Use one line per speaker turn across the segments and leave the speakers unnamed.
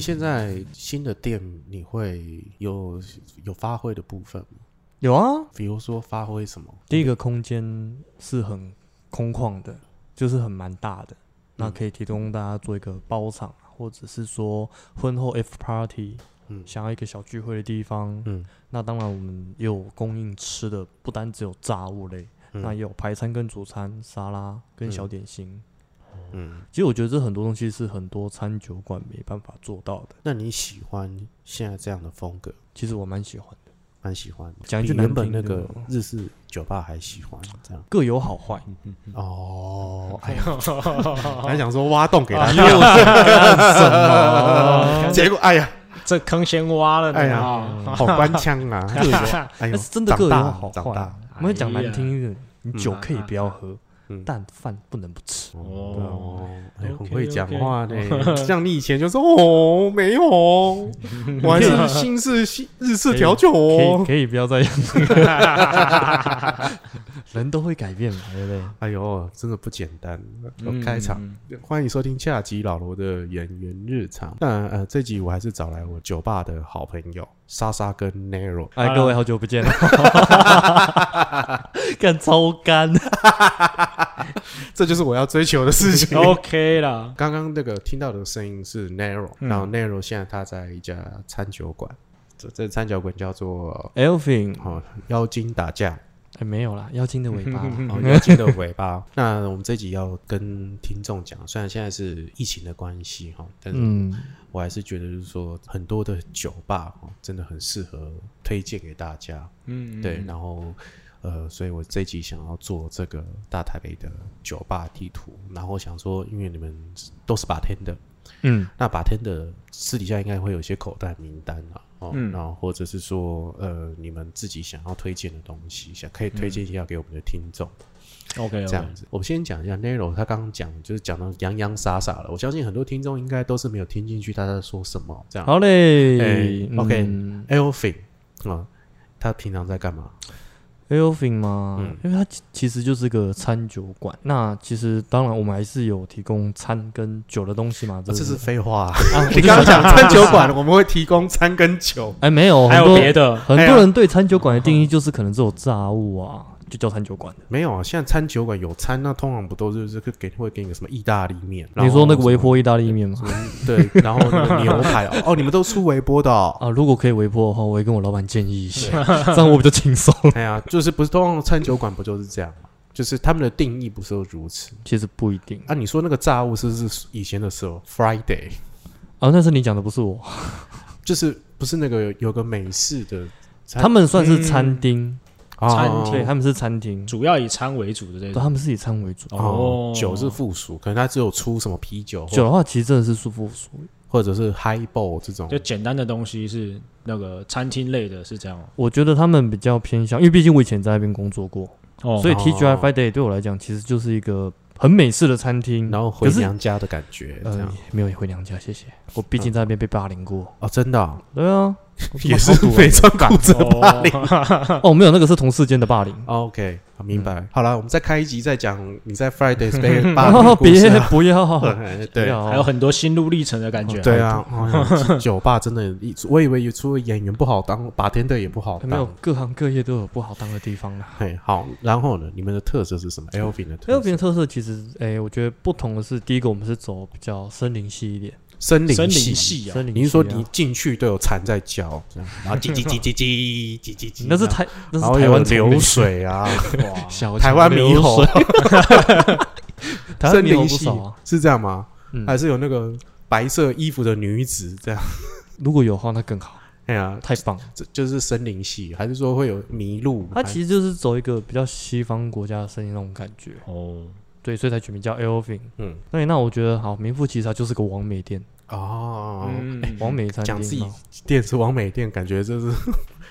现在新的店你会有有发挥的部分吗？
有啊，
比如说发挥什么？
第一个空间是很空旷的，就是很蛮大的，那
嗯
可以提供大家做一个包场，啊或者是说婚后 F party，
嗯
想要一个小聚会的地方。
嗯
那当然，我们也有供应吃的，不单只有炸物类，那也
嗯
有排餐跟主餐、沙拉跟小
嗯
点心。
嗯，
其实我觉得这很多东西是很多餐酒馆没办法做到的。
那你喜欢现在这样的风格？
其实我蛮喜欢的，
蛮喜欢的，
讲一
比
句难
原本
听
那
的
个
哦
日式酒吧还喜欢这样。
各有好坏。
哦，哎呀，
哦
还想说挖洞给 他
又
跳，
什 么？
结果哎呀，
这坑先挖了呢，
哎呀
哦
好官腔 啊！
各有
哎呦
但，是真的各
长
有
大
好
长
坏
大。哎
我们讲难听一点，你酒
嗯
可以不要喝，
嗯
但饭不能不吃。
哦，哎，很
OK，OK
会讲话呢。 像你以前就说哦，没有哦，我还是新式西日式调酒
可以
哦。
可以不要再， 人都会改变嘛，对不对？
哎呦，真的不简单。
嗯
开场，
嗯
欢迎收听下集老罗的演员日常。那呃，这集我还是找来我酒吧的好朋友莎莎跟 Nero。
哎，
啊
各位好久不 见了，干超干，
这就是我要追求的事 情。
OK 啦，
刚刚那个听到的声音是 Narrow，、
嗯
然后 Narrow 现在他在一家餐酒馆，这这餐酒馆叫做
Elvin，
哦妖精打架，
哎，没有啦，妖精的尾 巴啦，
哦妖精的尾巴。 那我们这集要跟听众讲，虽然现在是疫情的关系哈、哦，但是
嗯，
我还是觉得就是说很多的酒吧哦，真的很适合推荐给大家。
嗯，
对，
嗯
然后呃，所以我这一集想要做这个大台北的酒吧地图，然后想说，因为你们都是 bartender，
嗯，
那 bartender 私底下应该会有一些口袋名单啊，哦，
嗯
然后或者是说呃，你们自己想要推荐的东西，想可以推荐一下给我们的听众。
OK，
这样子，我先讲一下 Nero，他刚刚讲就是讲到洋洋洒洒了，我相信很多听众应该都是没有听进去他在说什么。这样
好嘞
哎，OK
嗯
，Elfin 啊、他平常在干嘛？
Elfin 吗？
嗯
因为它其其实就是个餐酒馆。那其实当然我们还是有提供餐跟酒的东西嘛，
啊这是
是
废 话、
啊，
你刚刚讲餐酒馆，我们会提供餐跟 酒。
哎没有，
还有
很多
别的，
很
哎呀
多人对餐酒馆的定义就是可能只有炸物啊，就叫餐酒馆的。
没有啊，现在餐酒馆有餐，那通常不都是就是给会给你个什么意大利面？然
你
后
说那个微
什么
波意大利面吗？
对，然后那个牛 排哦哦，你们都出微波的、哦？
啊，如果可以微波的话，我会跟我老板建议一下，这样我比较轻松。
哎呀，就是不是通常餐酒馆不就是这样吗？就是他们的定义不是都如此
其实不一定
啊？你说那个炸物是不是以前的时候 Friday，
啊，但是你讲的不是我，
就是不是那个有个美式的餐
他们算是餐厅，
啊嗯
餐
对，
厅
他们是餐厅，
主要以餐为主的这
对，
种，
他们是以餐为主。
哦
哦，
酒是附属，可能它只有出什么啤酒
酒
或
的话，其实真的是舒服舒
或者是 Highball 这种
就简单的东西是那个餐厅类的，是这样哦
我觉得他们比较偏向，因为毕竟我以前在那边工作过，
哦，
所以
哦
TGI Friday 对我来讲其实就是一个很美式的餐厅。
然后回
可是
娘家的感觉，这
呃
样，
没有回娘家，谢谢。我毕竟在那边被霸凌过。
哦，真的哦
对啊，我他 妈
也是
超毒的
非常感
以
动。
霸凌，
哦，没有，那个是同事间的霸凌。
哦 OK，好明白。好了，我们再开一集再讲你在 Fridays 被霸凌的
哦，
故事
别
啊。
不要，
对
不
对
要
还有很多心路历程的感觉，
对啊！哎呀酒吧真的，一我以为除了演员不好当，把天的也不好
没有
当。
各行各业都有不好当的地方啊啦。
嘿，好，然后呢？你们的特色是什么？Elvin 的特色，
还有别的特色，其实诶，我觉得不同的是，第一个我们是走比较森林系一点，
森林
森林
系。
系啊，
森林系啊。
你是说你进去都有蝉在叫，这样 然后叽叽叽叽叽叽叽叽，
那是台那
啊然后
是台
有
湾丛林
流水啊，
哇
小
台湾猕猴
流水， 台湾
森
猕
林
猴不
系
少啊。
是这样吗？
嗯
还是有那个白色衣服的女子这样？
如果有的话，那更好，
哎呀，
太棒了。
这就是森林系，还是说会有麋鹿？
它其实就是走一个比较西方国家的声音那种感觉，
哦，
对，所以才取名叫 Elvin。
嗯
对，那我觉得好，名副其实，它就是个王美店，
哦，
嗯
王美餐
讲自
厅
己
啊。
店是王美店，感觉这是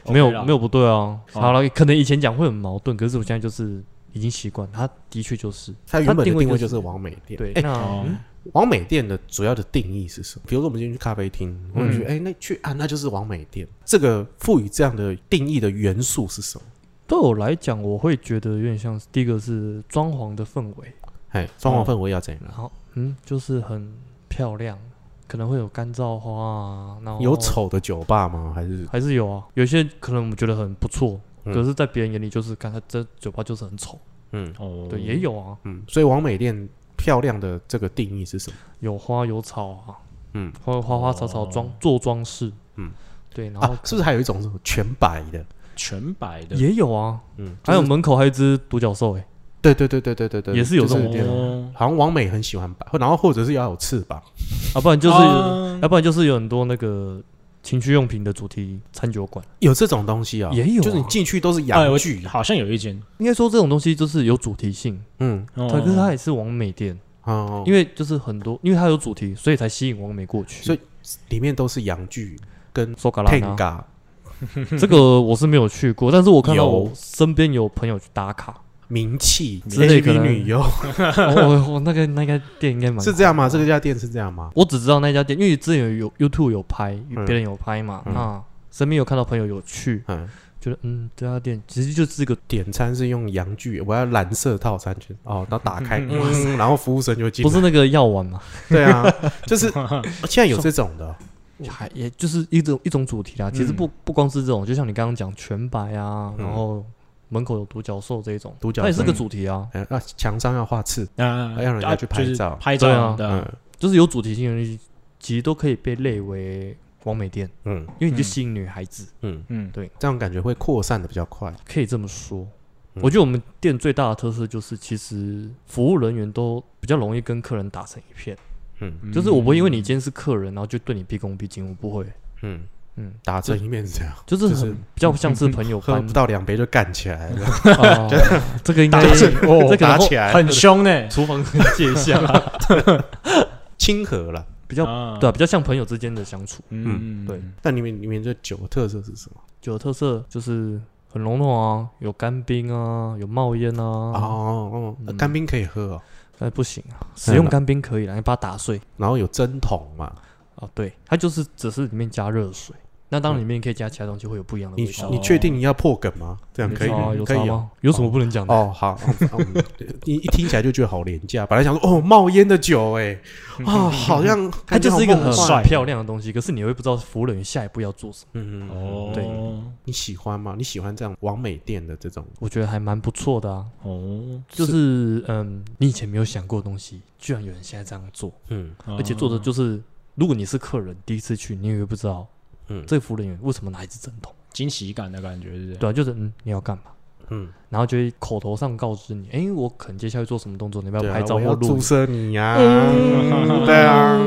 没有
嗯 OK 啦
没有不对
哦
啊。
好
好了，可能以前讲会很矛盾，可是我现在就是已经习惯，它的确就是
它原本的
定位
定位
就
就是是王美店。
对。
哎，
那
哦
嗯
王美店的主要的定义是什么？比如说我们今天去咖啡厅，我们觉得哎，那去啊，那就是王美店。这个赋予这样的定义的元素是什么？
对我来讲，我会觉得有点像是第一个是装潢的氛围，哦
哎，装潢氛围要怎样？
然后嗯，就是很漂亮，可能会有干燥花啊，然后
有丑的酒吧吗？还是
还是有啊，有些可能我们觉得很不错，
嗯
可是，在别人眼里就是，看他这酒吧就是很丑，
嗯
哦，
对，也有啊，
嗯，所以王美店漂亮的这个定义是什么？
有花有草啊，
嗯，哦
花花花草草装做装饰，
嗯，
对，然后
啊，是不是还有一种是全白的？
全白的，
也有啊，
嗯，
还有门口还有一只独角兽，哎，
对对对对对对对，
也是有这种
就
店
哦，
好像王美很喜欢白，然后或者是要有翅膀，
啊，不然就是，
哦
啊
要不然就是有很多那个情趣用品的主题餐酒馆，
有这种东西啊，
也有啊
就是你进去都是
哎
洋
我
具，
好像有一间，
应该说这种东西就是有主题性，
嗯，
哦
它可是它也是往美店，
哦，
因为就是很多，因为它有主题，所以才吸引往美过去。
所以里面都是洋具跟
s o k a l a n a
Tenga
这个我是没有去过，但是我看到
有
我身边有朋友去打卡，
名气
之类
A
可
V
能
女优
哦，我那个那个店应该蛮
是这样吗？这个家店是这样吗？
我只知道那家店，因为之前有 YouTube 有拍，
嗯
别人有拍嘛，
嗯
那身边有看到朋友有去，
嗯，
觉得嗯这家店其实就是个，
点餐是用洋具，我要蓝色套餐去哦，然后打开，嗯，然后服务生就会进
不
来，
是那个药丸嘛，
对 啊，就是现在有这种的，
还也就是一种一种主题啦。其实不不光是这种，就像你刚刚讲全白啊，
嗯
然后门口有独角兽这一种，
独角
它也是
兽
个主题啊，
哎那墙上要画刺，
啊
要让人家
啊
去
就是
拍照
拍照
对啊
的，
嗯
就是有主题性的东西，其实都可以被类为完美店，
嗯
因为你就
嗯
吸引女孩子，
嗯，
嗯，
这样感觉会扩散的比较快，
可以这么说。
嗯
我觉得我们店最大的特色就是，其实服务人员都比较容易跟客人打成一片。
嗯
嗯
就是我不会因为你今天是客人，然后就对你毕恭毕敬，我不会，
嗯
嗯，
打成一面是这样，
就是
就是
很比较像是朋友
喝
般
不。到两杯就干起来 了，
啊这个应该
打起哦
这个
打起来，
很凶 呢，
厨房很界限 啦，
亲和了。
比较
啊
对啊，比较像朋友之间的相处。
嗯
对
但你们你们这酒的特色是什么？
酒的特色就是很浓浓啊，有干冰啊，有冒烟啊，
哦，哦
嗯
干冰可以喝哦，
但不行啊，使用干冰可以啦，你把它打碎
然后有针筒嘛，
啊，对，它就是只是里面加热水，那当然里面可以加其他东西，会有不一样的
你
味道。
你确定你要破梗吗？这样可以
有差有
可
差
以哦
吗？有什么不能讲的？
哦，好，嗯嗯你一听起来就觉得好廉价。本来想说，哦，冒烟的酒，哎，啊，好像
它
感觉
就
好
是一个
梦幻
很漂亮的东西，可是你会不知道服务人员下一步要做什么。
嗯，
哦
对
你喜欢吗？你喜欢这样完美店的这种？
我觉得还蛮不错的啊，
哦，
就是嗯，你以前没有想过的东西，居然有人现在这样做，
嗯
而
而且做的就是，如果你是客人第一次去，你也不知道
嗯
这个服务人员为什么拿一支针筒，
惊喜感的感觉，是不是？
对啊，就是嗯，你要干嘛？
嗯，
然后就会口头上告知你，哎，我可能接下来做什么动作，你要不
对
要
啊
拍照
我
或
要
录
注
影？
射你呀，对啊，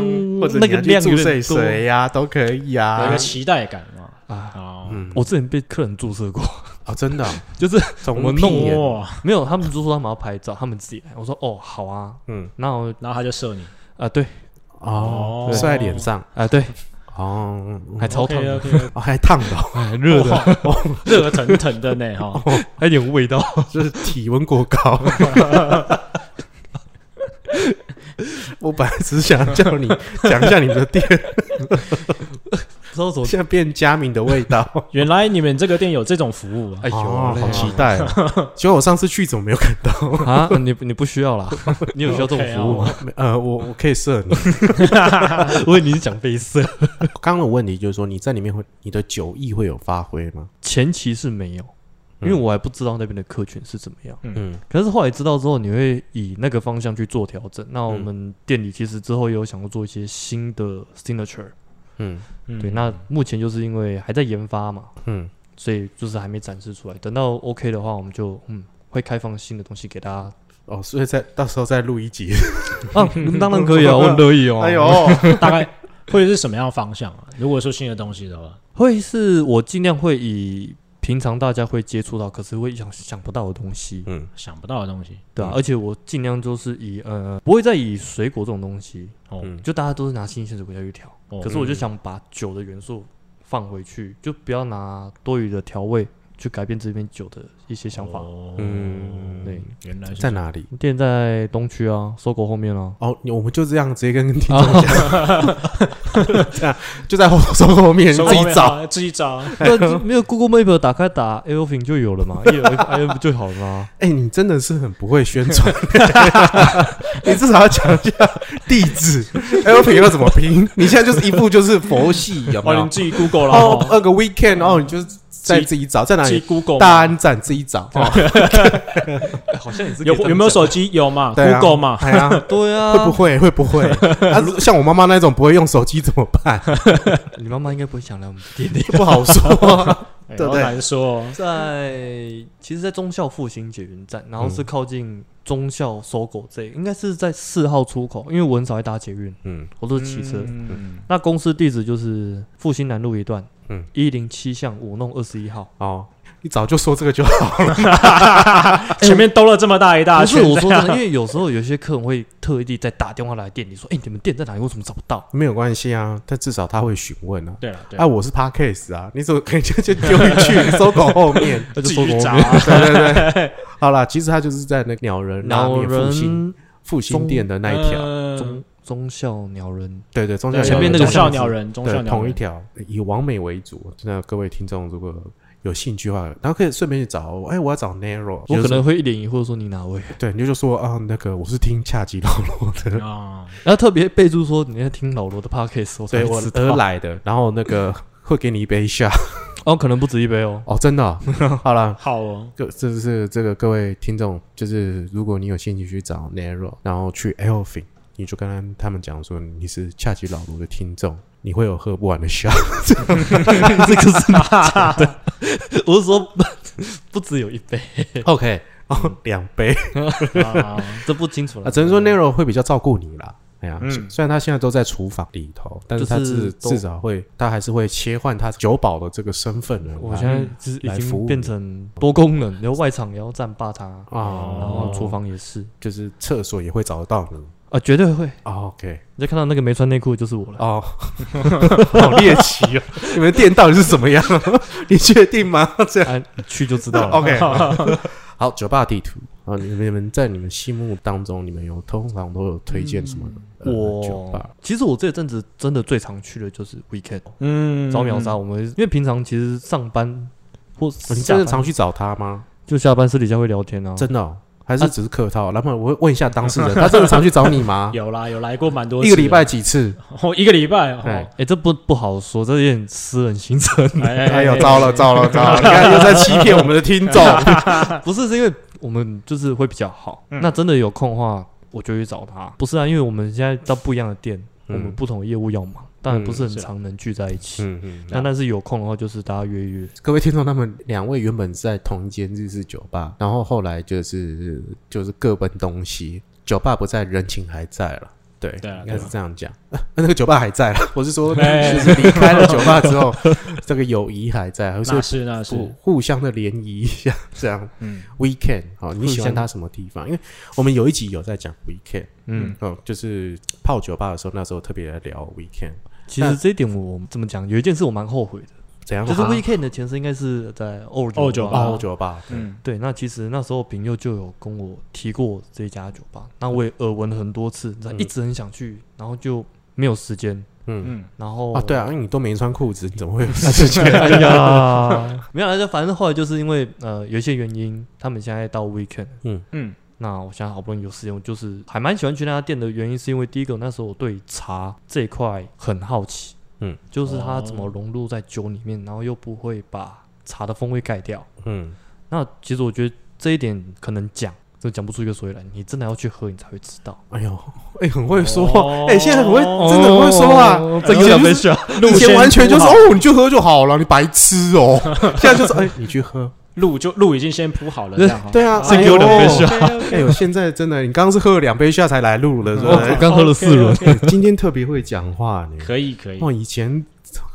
或者
那
你
个
要去
量有
注
点
射
多
谁呀，都可以
有一
呀
个。期待感嘛。
啊！
哦，
嗯，
我之前被客人注射过，
哦，真的哦，
就是
从
我们
屁
弄
眼
哇，
没有，他们就说他们要拍照，他们自己来。我说哦，好啊，
嗯，
那我
然后他就射你，
啊对
哦，
哦
射在脸上，
啊对，
哦，嗯
还超烫的，
OK，
哦还烫的哦，
哎热的，
热腾腾的呢哈。
还有点味道。
就是体温过 高。我本来只想叫你讲一下你们的店，
不知道怎么
现在变佳明的味道。
原来你们这个店有这种服务啊？
哎呦，
哦
嘞
好期待 哦！结果我上次去怎么没有看到？
啊！你你不需要啦， 你有需要这种服务吗？
呃，我我可以射你。啊
我以为你是讲杯色，
刚刚的问题就是说，你在里面会你的酒意会有发挥吗？
前期是没有，
嗯
因为我还不知道那边的客群是怎么样。
嗯
可是后来知道之后，你会以那个方向去做调整。那我
嗯
们店里其实之后也有想过做一些新的 signature，
嗯
嗯
对。那目前就是因为还在研发嘛，
嗯
所以就是还没展示出来。等到 OK 的话，我们就嗯会开放新的东西给大 家。
哦，所以在到时候再录一集。
啊，当然可以啊，我很乐意 哦。
哎呦，
大概会是什么样的方向啊？如果说新的东西的话，
会是我尽量会以平常大家会接触到，可是会想想不到的东西，
嗯
想不到的东西
对啊，
嗯
而且我尽量就是以呃不会再以水果这种东西，
哦
嗯
就大家都是拿新鲜水果下去调，
哦
可是我就想把酒的元素放回去，就不要拿多余的调味去改变这边酒的一些想法。
哦
嗯
对，
原来是
在哪里？
店在东区啊，搜狗后面啊。
哦，你我们就这样直接跟听众讲，
哦
这样就在后收后面
收
自己找。
后面啊自己找，
那没有 Google Map 打开打 a i r p h o n e 就有了嘛 e i r p 就好了嘛。
哎、你真的是很不会宣传，你至少要讲一下地址 l p 要怎么拼。你现在就是一步就是佛系，有没
哦，你
有？
自己 Google 了
哦，
哦，
二个 weekend，然后你就是在自己找，在哪
自己
里？
Google
大
嘛
安站自己找。哦
好像也是
有有没有？手机？有嘛
对啊
？Google 嘛？
哎呀，
对 啊，
会不会？会不会？啊，如像我妈妈那种不会用手机怎么办？
你妈妈应该不会想来我们店里。
不好说。
哎
对
好
对
难说哦。
在其实，在忠孝复兴捷运站，然后是靠近忠孝搜狗这，应该是在四号出口，因为我很少会搭捷运，
嗯，
我都是骑车。
嗯
那公司地址就是复兴南路一段，
嗯
嗯，一零七巷五弄二十一号。
哦，你早就说这个就好了。
前面兜了这么大一大
不是
圈，
我说真的，因为有时候有些客人会特地再打电话来店里说：“哎、你们店在哪里？为什么找不到
没有关系啊，但至少他会询问啊。
对了，对
啊，
了，
我是 podcast 啊，你怎么可以就就丢进去搜狗后面？
那就
自
搜
己
狗
去找啊。
对对对，好啦，其实他就是在那个鸟？”人拉
鸟
面复兴
人
复兴店的那一条，
嗯
中忠孝鸟人，
对对，中间
对
有
前面那个
中校
巷子
鸟人，中校
对
鸟
同一
人
条，以完美为主。那各位听众如果有兴趣的话，然后可以顺便去找我，哎，我要找 Narrow，
我可
就是
能会一脸疑惑说：“你哪位
对，你就说啊，那个我是听恰吉老罗的，
啊，？”
然后特别备注说：“你在听老罗的 podcast。”我才
对我
知道
而。来的，然后那个会给你一杯下
哦，可能不止一杯哦。
哦，真的哦、好了。
好哦，
就这是这个各位听众，就是如果你有兴趣去找 Narrow，然后去 Elfin，你就跟他们讲说你是恰吉老罗的听众，你会有喝不完的下。
这个是哪讲的？ 我是说 不不只有一杯，
OK，哦， 两杯
啊
这不清楚
啊，
了。
只能说 Narrow 会比较照顾你啦。哎呀，
嗯
虽然他现在都在厨房里头，但是他
就
至
是都
至少会，他还是会切换他酒保的这个身份的。
我
啊
现在就是
来
已
服务
经变成多功能，然后外场也要占霸它，啊然
哦
后厨房也是
就是厕所也会找得到你。
啊，绝对会。
哦 OK，
你就看到那个没穿内裤的就是我了。
哦，好猎奇哦！ 你们店到底是怎么样？ 你确定吗？这样
啊，你去就知 道了。
OK，好， 酒吧地图啊，你们你们在你们心目当中，你们有通常都有推荐什么呃酒吧
嗯我？其实我这阵子真的最常去的就是 weekend
嗯
找秒杀。我们因为平常其实上班或是
哦你
下
真的
班
常去找他吗？
就下班私底下会聊天啊。
真的哦、还是只是客套？然后我问一下当事人，他真的常去找你吗？
有啦， 有来过蛮多次
一
的，
个礼拜几次？
哦，一个礼拜哦，
哎
哎，这不不好说，这有点私人行程。
哎
哎
呦，糟了，糟了，糟了！你看又在欺骗我们的听众。嗯
不是，是因为我们就是会比较好。那真的有空的话，我就去找他。不是啊，因为我们现在到不一样的店，
嗯
我们不同的业务要忙，当然不是很
是啊
常能聚在一起。
嗯嗯，
那但是有空的话，就是大家约一约。
各位听众，他们两位原本是在同一间日式酒吧，然后后来就是就是各奔东西，酒吧不在，人情还在了。对，
对啊
应该是这样讲、 啊那个酒吧还在了， 我是说，
哎
就是离开了酒吧之 后，这个友谊还在，还
那
是
是那
互
是，
互相的联谊一下，这样。
嗯
Weekend，好、你喜
互
欢
相
他什么地方？因为我们有一集有在讲 Weekend，
嗯，
哦，就是泡酒吧的时候，那时候特别聊 Weekend，
其实这一点我怎么讲？有一件事我蛮后悔的，
怎样？
就是
啊
weekend 的前身应该是在欧酒
欧酒
吧。
吧
哦，酒吧，
嗯，
对，那其实那时候平佑就有跟我提过这家酒吧，那我也耳闻很多次，但
嗯
一直很想去，然后就没有时间。
嗯。
嗯，
然后
啊，对啊，因为你都没穿裤子，你怎么 会有时间？
哎呀，没有啦，就反正后来就是因为呃有一些原因，他们现在到 weekend，
嗯
那我现在好不容易有时间，我就是还蛮喜欢去那家店的原因，是因为第一个那时候我对茶这一块很好奇，
嗯，
就是它怎么融入在酒里面，然后又不会把茶的风味盖掉。
嗯，
那其实我觉得这一点可能讲。真的讲不出一个所以然，你真的要去喝，你才会知道。
哎呦，哎、很会说话，
哦
哎、现在很会，真的很会说话。
这
以前
个
就是
没事啊。
以前完全就是
路
哦
线铺好，
你去喝就好了，你白痴 哦。现在就是哎、你去喝。
路就路已经先铺好了，
对
这样哈
对啊，
是
哎
给
呦
我两杯下，
哎呦，现在真的，你刚刚是喝了两杯下才来录的，是不
我
是？
刚喝了四轮，
哎今天特别会讲话呢。
可以可以，
哦，嗯以前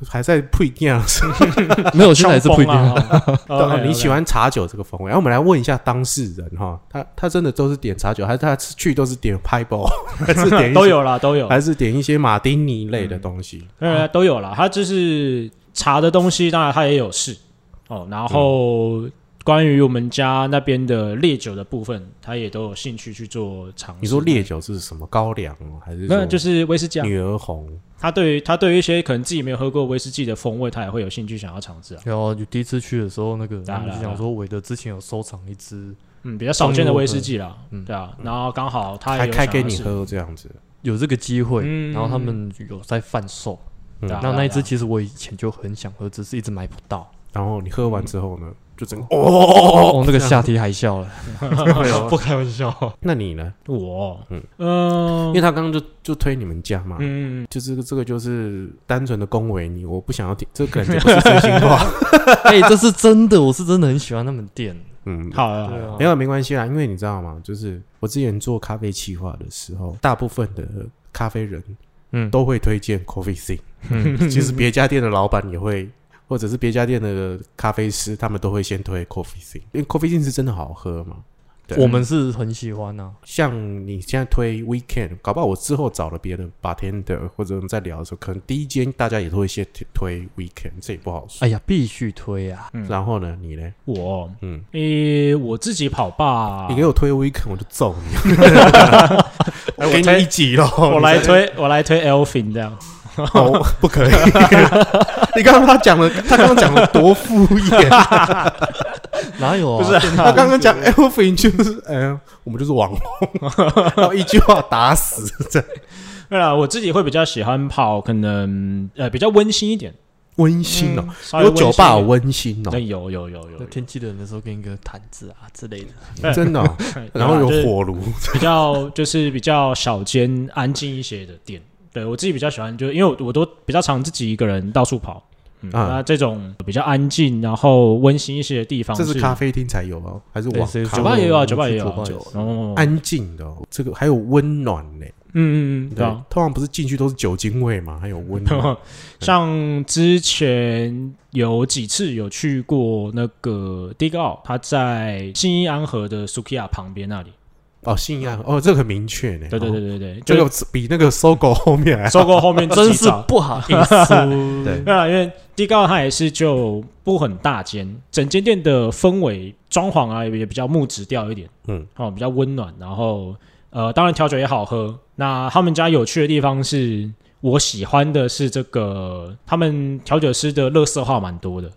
还在配电的时候，
没有，现在还是不一定。
啊
哦你喜
欢
欢茶酒这个风味。然后我们来问一下当事人哈，他他真的都是点茶酒，还是他去都是点 Piebald，还是点一些
都，有啦，都有，
还是啊点一些马丁
嗯
尼类的东西？
呃，都有啦，它就是茶的东西，当然它也有试。哦，然后
嗯
关于我们家那边的烈酒的部分，他也都有兴趣去做尝试。
你说烈酒是什么高粱哦还是
没有，就是是威士忌、啊，
女儿红？
他对于他对于一些可能自己没有喝过威士忌的风味，他也会有兴趣想要尝试啊。
然后就第一次去的时候，那个
对啊
他们
对
就
啊
想说，韦德之前有收藏一支，
嗯，比较少见的威士忌啦，
嗯
对啊。然后刚好他也
还
有
开
想
给
要
你
试，
喝这样子，
有这个机会，
嗯
然后他们有在贩售。
嗯
对啊
那那一
对啊
支其实我以前就很想喝，只是一直买不到。
然后你喝完之后呢，就整个哦，
哦，那个下体海啸了，不开玩笑。
哦那你呢？
我，
嗯因
啊嗯
为他刚刚就就推你们家嘛，
嗯，
就这个这个就是单纯的恭维你，我不想要听，这个感觉不 是真心话。
哎，这是真的，我是真的很喜欢他们店。
嗯，
好了，好
对
了
啊，
没有没关系啦，因为你知道吗？就是我之前做咖啡企划的时候，大部分的咖啡人
嗯，
都会推荐 Coffee C，
嗯
其实别家店的老板也会，或者是别家店的咖啡师，他们都会先推 Coffee C，因为 Coffee C 是真的好喝嘛。对
我们是很喜欢啊。
像你现在推 Weekend，搞不好我之后找了别的 bartender 或者我们在聊的时候，可能第一间大家也都会先推推 Weekend，这也不好说。
哎呀，必须推啊！
嗯
然后呢，你呢？
我，
嗯，
诶，我自己跑吧，
你给我推 Weekend，我就揍你！ 我
哎
给
我
你
推
一集咯，
我
你
来
再
推，我来推 Elfin 这样，
哦，不可以。 你刚刚他讲的，他刚刚讲的多敷 衍。
哪有啊？
不是
他刚刚讲 Elvin 就是，哎呀，我们就是网红， 然后一句话打死这
对啦，我自己会比较喜欢跑，可能呃比较温馨一点，
温馨哦，
稍微
有
温馨
酒
一
吧有
点
温馨哦
对，，有有有有
那，天气冷的时候给你个毯子啊之类的。
对
真的哦。
有
然后有
就是
火炉，
比较就是比较小间安静一些的店。对我自己比较喜欢，就是因为我我都比较常自己一个人到处跑。嗯，
啊
那这种比较安静，然后温馨一些的地方
这
是，
是咖啡厅才有哦，还是
对
网
所以
咖
酒吧也有啊，
我
酒吧也有
我
啊，
去酒吧也是
哦，
安静的哦，这个还有温暖呢。
嗯嗯嗯，对啊。
通常不是进去都是酒精味嘛，还有 温暖。
像之前有几次有去过那个 d i g o 他在新义安河的 Sukiya 旁边那里。
哦，信仰哦，这个很明确呢。
对对
哦，
对对对，
这
就
个比那个搜狗后面还
收购后面自己
真 是
找
不好意思。
对
对啊，因为地高它也是就不很大间，整间店的氛围、装潢啊也也比较木质调一点，
嗯，
哦，比较温暖。然后呃，当然调酒也好喝。那他们家有趣的地方是我喜欢的是这个，他们调酒师的乐色话蛮多的，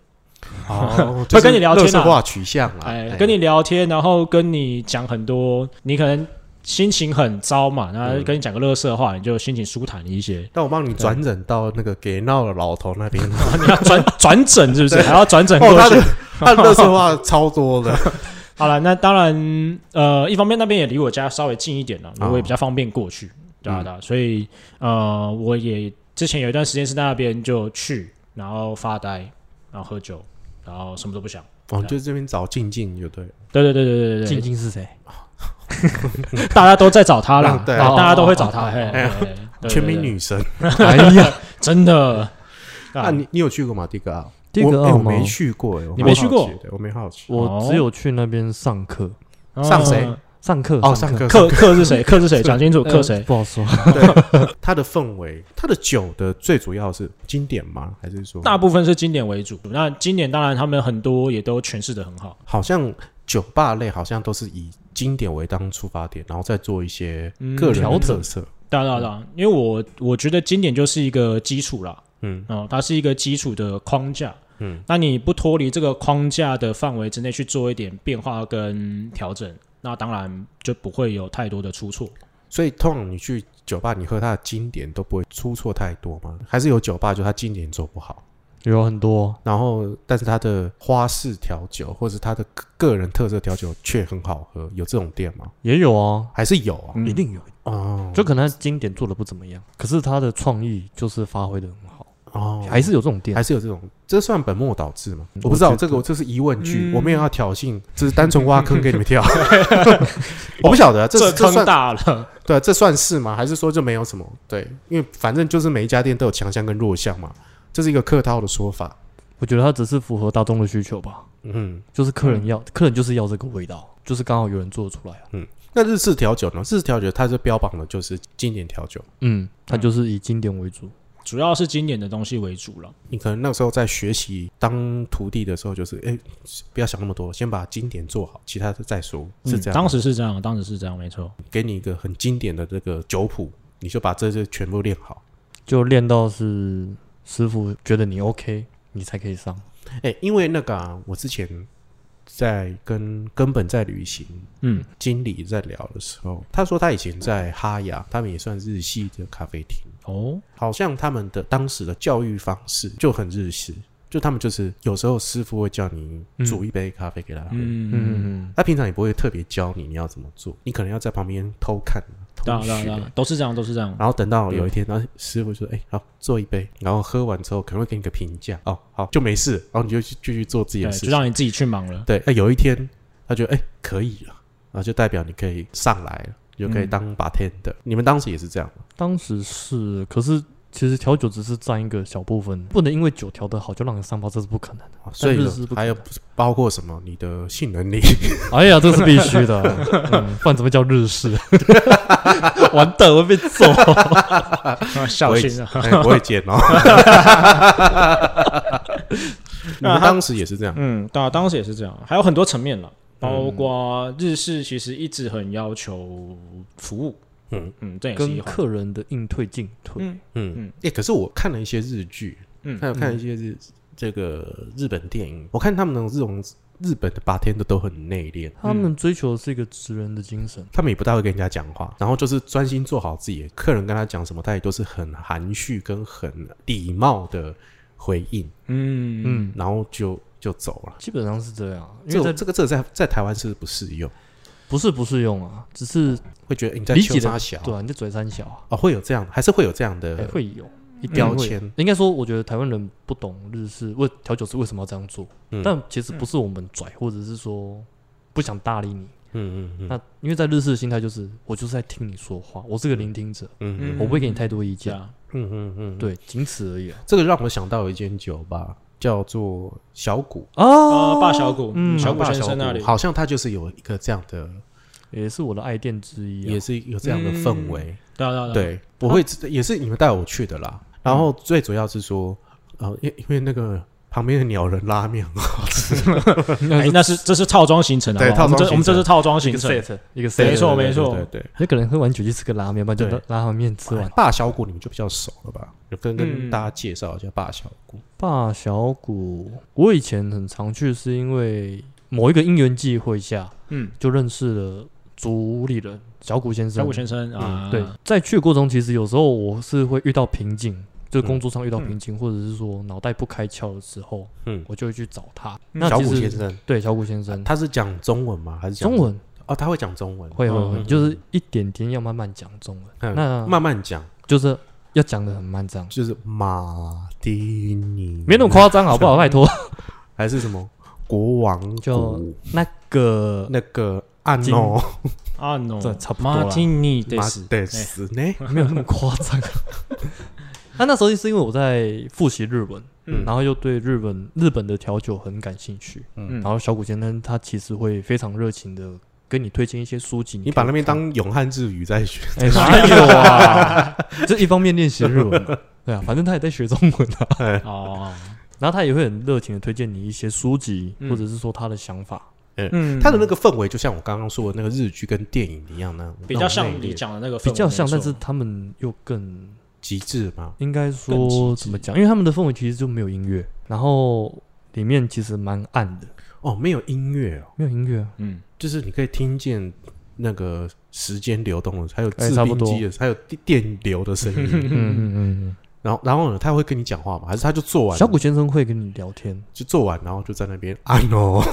哦，
会跟你聊天啊
色化取向啊，
哎，跟你聊天，然后跟你讲很多，你可能心情很糟嘛，那
嗯
跟你讲个乐色话，你就心情舒坦 一些。
那我帮你转诊到那个给闹的老头 那边。
啊你要转转诊是不是？还要转诊过
哦，
去？
他的他 的乐色话超多的，
好了，那当然，呃，一方面那边也离我家稍微近一点了，
哦
我也比较方便过去，对啊，
嗯
对啊，所以呃，我也之前有一段时间是在那边就去，然后发呆，然后喝酒，然后什么都不想。
哦，就这边找静静就对了。
对对对对对
静
对
静是谁？
对，大家都在找他啦，
对
啊大家都会找
哦
他，
哦
嘿
哦
嘿，嘿对啊
全民，女神，
对对对哎呀，真的，
那你你有去过吗？迪格奥，
第一个
我哎
澳
我
门
没，去过，哎我
哦你
蛮
没去
好奇
过
的？我没好奇。
我只有去那边上课，
啊
上谁？嗯
上课
哦，上课
克克是谁？克 是谁？讲清楚，
呃
克谁？
不好说。
对， 它的氛围，它的酒的最主要是经典吗？还是说
大部分是经典为主，那经典当然他们很多也都诠释的很好，
好像酒吧类好像都是以经典为当出发点，然后再做一些
嗯
个人
调
的
整
特色。
当然，当然，因为我我觉得经典就是一个基础啦，
嗯
哦，它是一个基础的框架，
嗯，
那你不脱离这个框架的范围之内去做一点变化跟调整，那当然就不会有太多的出错。
所以通常你去酒吧，你喝它的经典都不会出错太多吗？还是有酒吧就它经典做不好？
有很多，
然后，但是它的花式调酒或者它的个个人特色调酒却很好喝，有这种店吗？
也有啊，
还是有啊？
嗯
一定有。
哦，
就可能他经典做的不怎么样，可是他的创意就是发挥的很好，
哦，
还是有这种店
还。是有这种，这算本末倒置吗？
嗯
我不知道
我觉得
这个，我这是疑问句，
嗯
我没有要挑衅，只是单纯挖坑给你们跳。我不晓得啊这这
坑
算
大了，
对啊，这算是吗？还是说就没有什么？对，因为反正就是每一家店都有强项跟弱项嘛，这是一个客套的说法。
我觉得他只是符合大众的需求吧，
嗯，
就是客人要，客人就是要这个味道，就是刚好有人做得出来啊。
那日式调酒呢？日式调酒它是标榜的就是经典调酒，
嗯，他就是以经典为主，
主要是经典的东西为主了。
你可能那时候在学习当徒弟的时候，就是哎、不要想那么多，先把经典做好，其他的再说，是这样吗。
嗯当时是这样，嗯当时是这样，没错。
给你一个很经典的这个酒谱，你就把这些全部练好。
就练到是师傅觉得你 OK，你才可以上。
哎、因为那个、啊、我之前在跟根本在旅行
嗯，
经理在聊的时候，他说他以前在哈雅，他们也算日系的咖啡厅，
哦，
好像他们的当时的教育方式就很日式，就他们就是有时候师傅会叫你煮一杯咖啡给他喝，
嗯嗯，
嗯，
他平常也不会特别教你你要怎么做，你可能要在旁边偷看、偷
当然当然
学。
当然，都是这样，都是这样。
然后等到有一天，然后师傅说：“哎、好，做一杯。”然后喝完之后，可能会给你个评价。哦，好，就没事。然后你就去继续做自己
对，
的事
就
情。
让你自己去忙 了。
对，那哎有一天他觉得哎、可以了，然后就代表你可以上来了，你就
嗯
可以当 bartender、你们当时也是这样吗？
当时是，可是其实调酒只是占一个小部分，不能因为酒调得好就让你上报，这是不可能的。
啊所以
但
呢
是是不可
还有
能
包括什么？你的性能 力，
哎呀，这是必须的，嗯，不然怎么叫日式？ 完蛋，我会被揍。
孝心啊，
哎不会减 哦。你们当时也是这样，
嗯，当当时也是这样，还有很多层面了，包括日式其实一直很要求服务，
嗯
嗯，这也是
跟
一环。
客人的应退进退，
嗯
嗯
嗯
哎、可是我看了一些日剧，
嗯
还有看一些日、这个日本电影，我看他们那种这种日本的 bartender 都很内敛，
他们追求的是一个职人的精神。
他们也不大会跟人家讲话，然后就是专心做好自己的。客人跟他讲什么，他也都是很含蓄跟很礼貌的回应，
嗯嗯，
嗯，
然后就就走了。
基本上是这样，啊因
这
为
个
在
这个这个在在台湾是不适用，
不是不适用啊，只是
会觉得欸你在
理解
求
的
他小
对啊，你的嘴三小啊，
哦，会有这样，还是会有这样
哎
的
会有一定
呃标
会有
签。
应该说，我觉得台湾人不懂日式为调酒师为什么要这样做，
嗯
但其实不是我们拽，或者是说不想搭理你。
嗯嗯嗯
那因为在日式的心态就是，我就是在听你说话，我是个聆听者，
嗯
我不会给你太多意
这
见，
样，
嗯嗯嗯，
对，仅此而已啊。
这个让我想到一间酒吧，叫做小谷，
啊，
啊
霸小谷，
嗯
小
小
谷
谷
先生那里，
好像他就是有一个这样的，
也是我的爱店之一、啊，
也是有这样的氛围。
对啊对啊，啊，
对，我会知也是你们带我去的啦。然后最主要是说，呃，因因为那个旁边的鸟人拉面很好吃，
哎那是这是套装行程啊，
对
好不好
套装
我们这我们
行
这
程
是套装
一
行
个
程，
set 一个
没
set，
错
对
没错
对对对。
有可能喝完酒去吃个拉面，不然就
对哎
拉拉面吃完。
霸小谷你们就比较熟了吧？有跟
嗯
跟大家介绍一下霸小谷。
霸小谷，我以前很常去，是因为某一个因缘际会下
嗯，
就认识了主理人小谷先生。
小谷先生啊，
对，在去的过程中，其实有时候我是会遇到瓶颈，就是工作上遇到瓶颈，或者是说脑袋不开窍的时候，
嗯
我就会去找他。
嗯
那
小
其
谷
实
先生，
对小谷先生，
他是讲中文吗？还是讲
中？文
哦，他会讲中文，
会会
嗯
会，就是一点点要慢慢讲中文，
嗯
那
慢嗯慢讲，
就是要讲的很慢，这样
就是马丁尼，
没那么夸张，好不好？拜托，
还是什么国王
就
谷
那 个
那个按
金
诺
啊 no，
这差不多啦
马丁尼得
马
死，
德斯呢？
没有那么夸 张。那那时候是因为我在复习日文，
嗯
然后又对日本日本的调酒很感兴趣，
嗯
然后小谷先生他其实会非常热情的跟你推荐一些书籍，
你把那
可以
边
看
当永汉日语在学，
哎 哪有啊？ 就一方面练习日文嘛，对啊，反正他也在学中文啊，
哦，
然后他也会很热情的推荐你一些书籍，
嗯
或者是说他的想法，
嗯
他的那个氛围就像我刚刚说的那个日剧跟电影一样那种
比较像
那种内
你
敛
讲的那个氛
比
围，
较像，
没错
但是他们又更
极致嘛。
应该
更
说
极致
怎么讲？因为他们的氛围其实就没有音乐，然后里面其实蛮暗的，
哦，没有音乐哦，
没有音乐啊。
嗯，
就是你可以听见那个时间流动的，还有
哎
制
差不
冰机
多
的，还有电电流的声音。
嗯嗯
然后，然后呢，他会跟你讲话吗？还是他就做完
小谷先生会跟你聊天，
就做完，然后就在那边啊 no，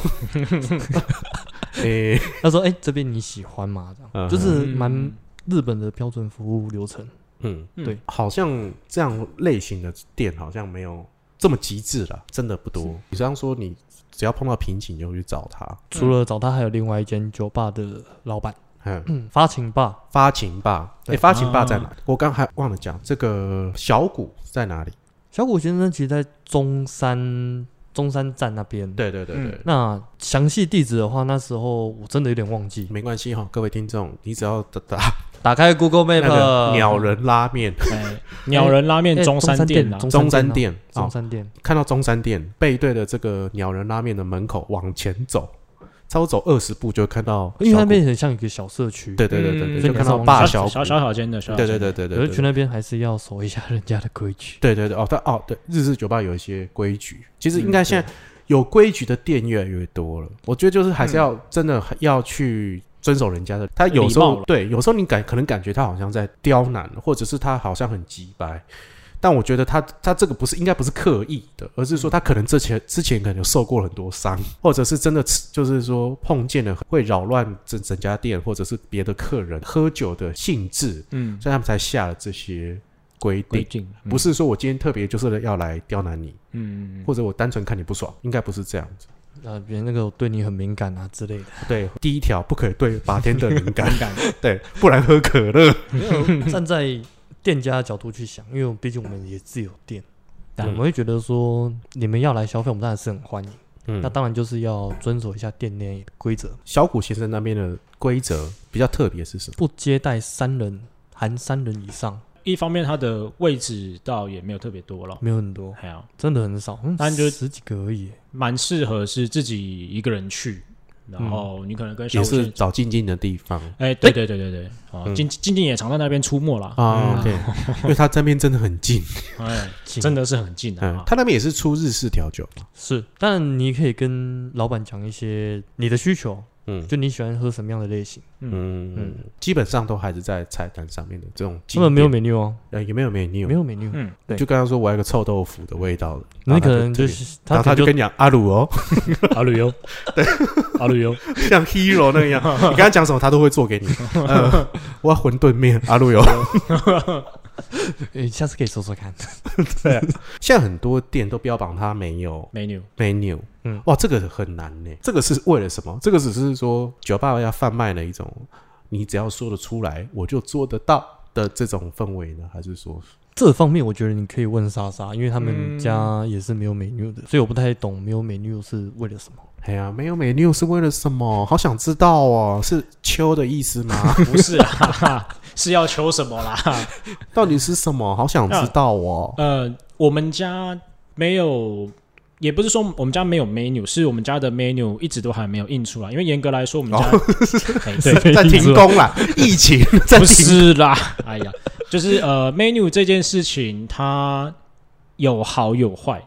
诶，
他说：“哎、这边你喜欢吗？”这
嗯
样就是
嗯
蛮日本的标准服务流程。
嗯，
对，
好像这样类型的店好像没有这么极致了，真的不多。你这样说，你只要碰到瓶颈，你就会去找他。
除了找他，还有另外一间酒吧的老板，
嗯，
嗯，发情吧，
发情吧，哎、
对
发情吧在哪？我刚还忘了讲，这个小谷在哪里？
小谷先生其实在中山中山站那边。，
对对对对，
那详细地址的话，那时候我真的有点忘记。
没关系哈，各位听众，你只要打打
打开 Google
那
Map，、
个鸟人拉面
哎，鸟人拉 面
哎
中山
山
店啦，
中
中
山
店
店哦
啊，中，山店，
看到中山店背对着这个鸟人拉面的门口往前走，差不多走二十步就会看到小谷，
因为那边很像一个小社区，
对对对对
嗯
对，
所以
就
你
看
还
到
是要往
大小
下
小
谷
小小小间的，小小
对
间
对
的
对对对，
可
对
是去那边还是要守一下人家的规矩。
对对对，哦，但哦，对，日式酒吧有一些规矩，其实应
嗯
该现在有规矩的店越来越多了。我觉得就是还是要真的要去遵守人家的，他有时
嗯礼貌
候
了
对，有时候你感可能感觉他好像在刁难，或者是他好像很急白。但我觉得他他这个不是应该不是刻意的，而是说
嗯
他可能之前之前可能有受过很多伤，或者是真的吃就是说碰见了会扰乱整整家店或者是别的客人喝酒的兴致，
嗯，
所以他们才下了这些规定
规。定
不，是说我今天特别就是要来刁难你，
嗯嗯嗯
或者我单纯看你不爽，应该不是这样子。
呃，别人那个对你很敏感啊之 类的，
对，第一条不可以对把天的敏感，
嗯，感
对，不然喝可乐。
没有站在店家的角度去想，因为我们毕竟我们也自有店，我
嗯
们会觉得说你们要来消费，我们当然是很欢迎。
嗯
那，当然就是要遵守一下店内规则，
小谷先生那边的规则比较特别是什么？
不接待三人含三人以上，
一方面它的位置倒也没有特别多了，
没有很多，
还有
真的很少，嗯
那你就
十几个而已。
蛮适合是自己一个人去，然后你可能跟小
也
五
是
先
找静静的地方
哎，对对对对对，哦
嗯，
静静静也常在那边出没啦，
嗯
啊， 对，因为他这边真的很近，
哎，
近
真的是很近的
嗯
啊，，
他那边也是出日式调酒，
是，但你可以跟老板讲一些你的需求，
嗯
就你喜欢喝什么样的类型，
嗯嗯，基本上都还是在菜单上面的这种
他
经典。
们没有 menu 哦，
呃，也没有没有，你有
没有 menu，
嗯，
对
就跟他说我要一个臭豆腐的味道的，
那
然后他
可能就
特别
是
然
他
后他
可
就
能
跟你讲阿鲁 哦，
好旅游，对，好旅游，
像 hero 那样，你跟他讲什么，他都会做 给你。呃、我要馄饨面，阿路油。
诶呃下次可以说说看，
现在很多店都标榜它没有
menu，
menu，嗯
嗯，
哇，这个很难呢。这个是为了什么？这个只是说酒吧要贩卖的一种，你只要说得出来，我就做得到的这种氛围呢？还是说，
这方面我觉得你可以问莎莎，因为他们
嗯
家也是没有 menu 的，所以我不太懂没有 menu 是为了什么。
哎呀，没有 menu 是为了什么？好想知道哦，是秋的意思 吗？
不是啊， 是要求什么啦？
到底是什么？好想知道哦。
呃，我们家没有，也不是说我们家没有 menu，是我们家的 menu 一直都还没有印出来，因为严格来说，我 们家、哎对
哦在停工啦，疫 情在
不
停。
是啦，哎呀，就是呃 menu 这件事情，它有好有坏。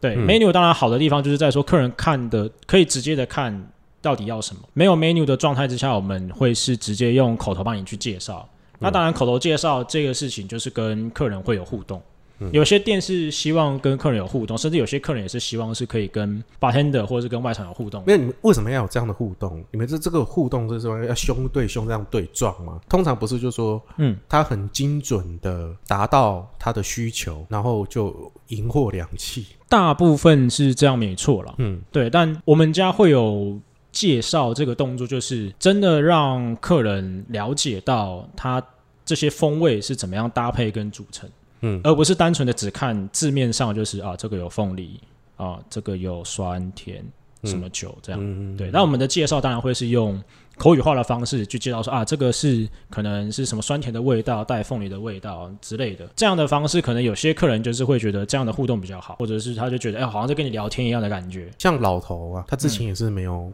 对、
嗯
menu 当然好的地方就是在说客人看的可以直接的看到底要什么，没有 menu 的状态之下，我们会是直接用口头帮你去介绍。
嗯
那当然，口头介绍这个事情就是跟客人会有互动。
嗯
有些店是希望跟客人有互动，甚至有些客人也是希望是可以跟 bartender 或者是跟外场有互动
没。有，你们为什么要有这样的互动？你们这这个互动是说要胸对胸这样对撞吗？通常不是，就说
嗯，
他很精准的达到他的需求，然后就赢货两气。
大部分是这样没错啦。
嗯，
对，但我们家会有介绍这个动作，就是真的让客人了解到它这些风味是怎么样搭配跟组成，
嗯
而不是单纯的只看字面上就是啊，这个有凤梨啊，这个有酸甜什么酒这样。
嗯，
对，那我们的介绍当然会是用口语化的方式去介绍说啊，这个是可能是什么酸甜的味道，带凤梨的味道之类的。这样的方式，可能有些客人就是会觉得这样的互动比较好，或者是他就觉得哎，好像在跟你聊天一样的感觉。
像老头啊，他之前也是没有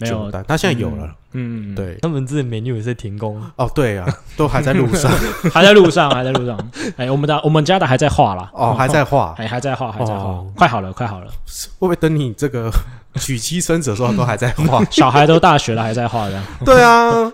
没
酒
有，
单，他现在有了。
嗯，嗯，
对，
他们这 menu 也是停工，
哦，对啊，都还在路 上
嗯还在路上，还在路 上。哎，我们的我们家的还在画啦，
哦，还在画，
还还在画，还在画
哦，
快好了，快好了，
会不会等你这 个娶妻生子的时候都还在画？
小孩都大学了，还在画 的。
对啊，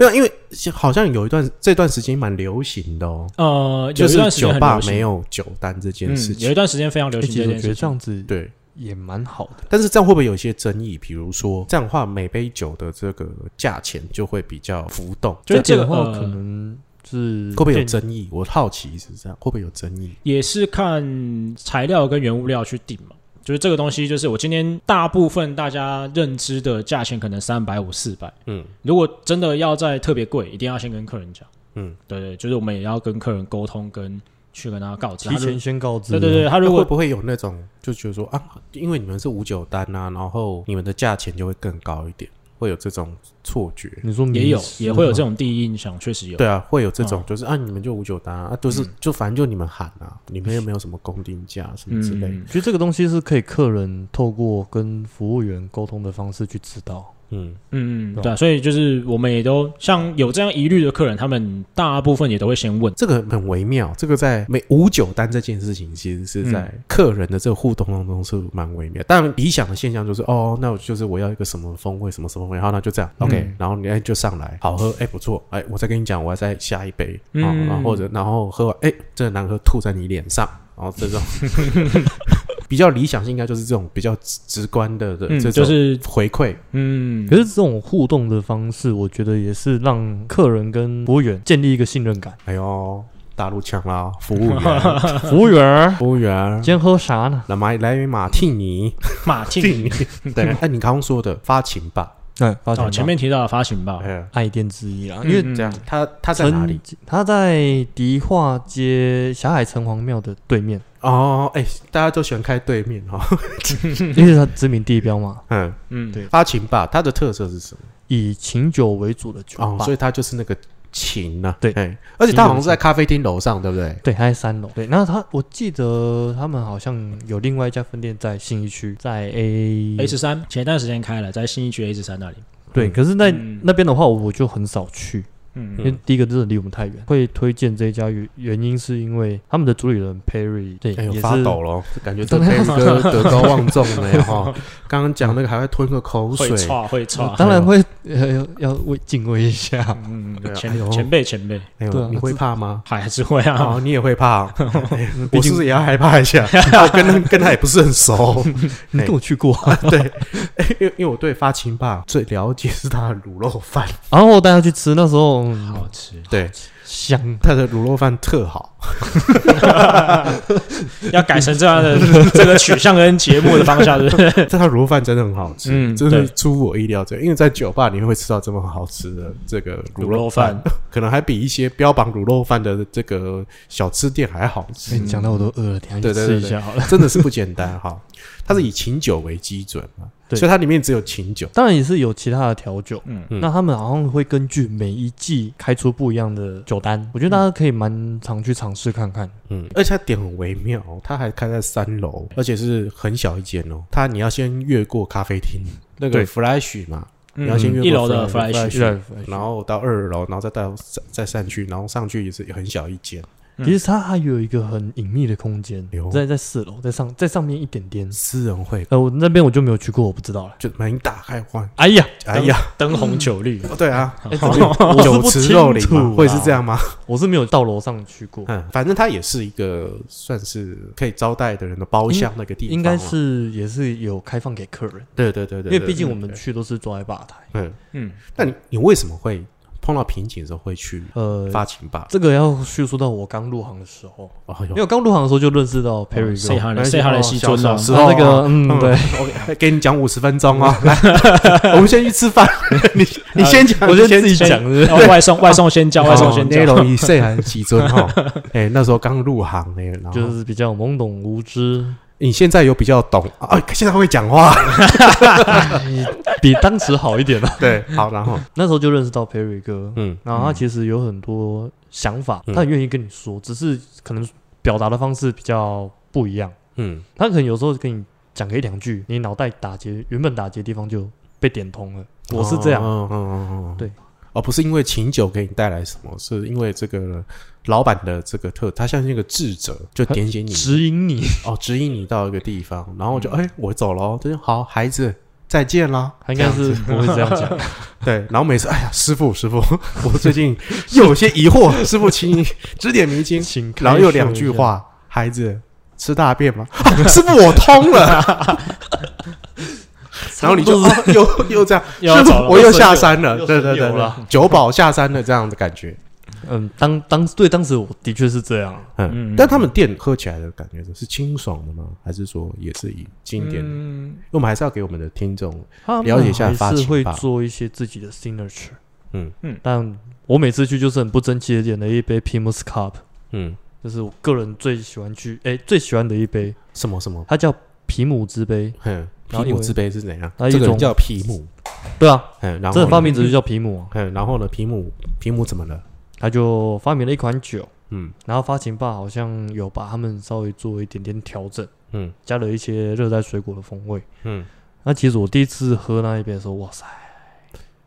没有，因为好像有一段这段时间蛮流行的哦，
呃，
就
有一
是
段时
酒
间很
吧
流行
没，有酒单这件事
嗯，有
情。哎
一段时间非常流
诶
行
其
这
实我
件
觉得
事
这
情。
样子
对，
也蛮好的。
但是这样会不会有一些争议？比如说，这样的话，每杯酒的这个价钱就会比较浮动，
这
就是这
个
个
的话，
呃
可能是
会不会有
店
争议？我好奇是这样，会不会有争议？
也是看材料跟原物料去定嘛。就是这个东西，就是我今天大部分大家认知的价钱可能三百五、四百。
嗯，
如果真的要再特别贵，一定要先跟客人讲。
嗯，
对对，就是我们也要跟客人沟通跟去跟他告知。
提
他如
前先告知。
对对对，他
那
如
会
果
不会有那种就觉得说啊，因为你们是五九单啊，然后你们的价钱就会更高一点，会有这种错觉？
你说
也 有
迷失
也会有
吗
这种第一印象，确实有。
嗯对啊，会有这种，
哦
就是啊，你们就五九单啊，啊都是
嗯
就反正就你们喊啊，你们又没有什么公定价什么之类的，
嗯，
其实这个东西是可以客人透过跟服务员沟通的方式去知道。
嗯，
嗯嗯，
对
对、啊，所以就是我们也都像有这样疑虑的客人，他们大部分也都会先问。
这个很微妙，这个在每五九单这件事情，其实是在客人的这个互动当中是蛮微妙。当然，理想的现象就是哦，那我就是我要一个什么风味，什么什么风味，好，那就这样，OK，、然
嗯
后你哎就上来，好喝，哎不错，哎我再跟你讲，我要再下一杯啊，
嗯
然后或者然后喝完，哎这个难喝，吐在你脸上，然后这种 比较理想性应该就是这种比较直直观的的
嗯，
这种
就是
回馈，
嗯，
可是这种互动的方式，我觉得也是让客人跟服务员建立一个信任感。
哎呦，大陆腔啦，服务 员，
服务员儿，
服务员
今，天喝啥呢？
来买来杯马替尼，
马 竞
对，哎，你刚刚说的发情吧，
哎，发
哦，前面提到的发行吧，
哎，
爱店之一啦，
嗯
因为
嗯
这样，他他在
曾
哪里？？
他在迪化街霞海城隍庙的对面，
哦，哎，大家都喜欢开对面哈，
因为它知名地标嘛，
嗯，
嗯，对，
发情吧，它的特色是什么？
以琴酒为主的酒
哦，
吧
所。以它就是那个情呐，
对
哎，而且它好像是在咖啡厅楼上，对不对？
对，它在三楼。对，那他我记得他们好像有另外一家分店在信义区，在
哎
A
A 十三前一段时间开了，在新一区 A 十三那里。
对，可是那、
嗯
那边的话，我就很少去，因
嗯
为第一个真的离我们太远。
嗯
会推荐这一家原原因是因为他们的主理人 Perry 对、
哎呦，
也
发
是
抖了，感觉这杯哥德高望重了 哈。刚刚讲那个还会吞个口水
会，差会差，
当然会呃要要为敬畏一下。
嗯，
对啊
嗯，
哎呦
前前辈前辈
哎
对啊
呦，你会怕吗？
还是会啊，
哦，你也会怕 哦、
毕
我
竟
是不是也要害怕一 下？我跟他跟他也不是很 熟，
你
哎
跟我去过，
对，因为因为我对发情吧最了解是他的卤肉饭，
然后我带他去吃，那时候、 嗯
好吃，
对，
香。
他的卤肉饭特 好，
要改成这样的 这个取向跟节目的方向，是不是？
但他的卤肉饭真的很好吃，
嗯
真的
对
出乎我意料之外，因为在酒吧你会吃到这么好吃的这个卤
卤
肉
肉
饭
饭，
可能还比一些标榜卤肉饭的这个小吃店还好吃。
哎，讲到我都饿了，等一下
对
去
对
吃一
对
下好了。
真的是不简单哈，它是以琴酒为基准 嘛，
对
所以它里面只有琴酒，
当然也是有其他的调酒，
嗯
嗯
那他们好像会根据每一季开出不一样的酒单，我觉得大家可以蛮常去尝试看看。
嗯，而且它点很微妙哦，它还开在三楼，而且是很小一间哦。它你要先越过咖啡厅那个
对
Flash 嘛，你要
嗯
先越，过
一楼的
flash，
flash，
对，
然后到二楼，然后再到再再上去，然后上去也是很小一间，
其实它还有一个很隐秘的空间
哎呦，
在在四楼，在上在上面一点点。
私人会
呃，我那边我就没有去过，我不知道了。
就门一打开，哇，
哎呀，
哎呀，
灯红酒绿，
哦对啊，
哎怎么我是
酒
不
池
清
肉林
楚
嘛，
啦
会是这样？吗？
我是没有到楼上去过，
嗯，反正它也是一个算是可以招待的人的包厢那个地方嘛，啊
应该是也是有开放给客人，
对对对
因
对，
为
对
毕竟
对
我们
对
去都是坐在吧台。
嗯，
嗯，
那你你为什么会碰到瓶颈的时候会去
呃，
发情吧？
这个要叙述到我刚入行的时候，
哦哟
因为我刚入行的时候就认识到
哦
Perry 哥，
谁
哎
哈嘞，谁哈嘞，西尊
小
了哦
小，时
哦然
候
后
啊
那个嗯对。
OK，给你讲五十分钟哦，来， 我们先去吃饭。你你先讲，哦
我
就
觉得自己讲的，
哦外送外送先叫，外送先
那
叫，
楼以岁寒其尊哈。 哎，那时候刚入行呢，然
就
后
是比较懵懂无知，
你现在有比较懂啊，现在会讲话。
比当时好一点了。
对，好，然后
那时候就认识到 Perry 哥，
嗯，
然后他其实有很多想法，
嗯
他很愿意跟你说，只是可能表达的方式比较不一样。
嗯
他可能有时候跟你讲个一两句，你脑袋打结，原本打结的地方就被点通了。我是这样，
嗯嗯嗯嗯，。哦，不是因为琴酒给你带来什么，是因为这个老板的这个特，他像是一个智者，就点 醒你
指引你，
哦，指引你到一个地方，然后我就哎、我走了哦，他就好，孩子再见啦。
他应该是不会这样 讲。
对，然后每次哎呀，师傅师傅， 我最 近又有些疑惑，师傅请你指点迷津。
请开
然后又两句
始一下，
话，孩子吃大便吗？ 啊师傅我通 了，然后你就、啊又又这样，
又
师
要
傅
走了
我又
又
下
神
山了，
又
对
神
对对
游
对
了，
九保下山了这样的感觉。
嗯，当当对当时我的确是这样，
嗯
嗯，
但他们店喝起来的感觉是清爽的吗？还是说也是以经典？因为
嗯
我们还是要给我们的听众
他们
了解一下发
还是
情
会
吧
做一些自己的 signature。
嗯
嗯
但我每次去就是很不争气的点了一杯 Primus Cup，
嗯，
就是我个人最喜欢去，哎、最喜欢的一杯，
什么什么，
它叫皮姆之杯。
哼，
然后
皮
因
姆
为
之杯是怎样？
它有一
这个人
种
叫皮姆，
对啊，
嗯，然
这
后
个发
呢，
明者就叫皮姆、啊，
嗯，然后呢，皮姆皮姆怎么了？
他就发明了一款酒，
嗯
然后发行吧好像有把他们稍微做一点点调整，
嗯
加了一些热带水果的风味。
嗯，
那其实我第一次喝那一杯的时候，哇塞，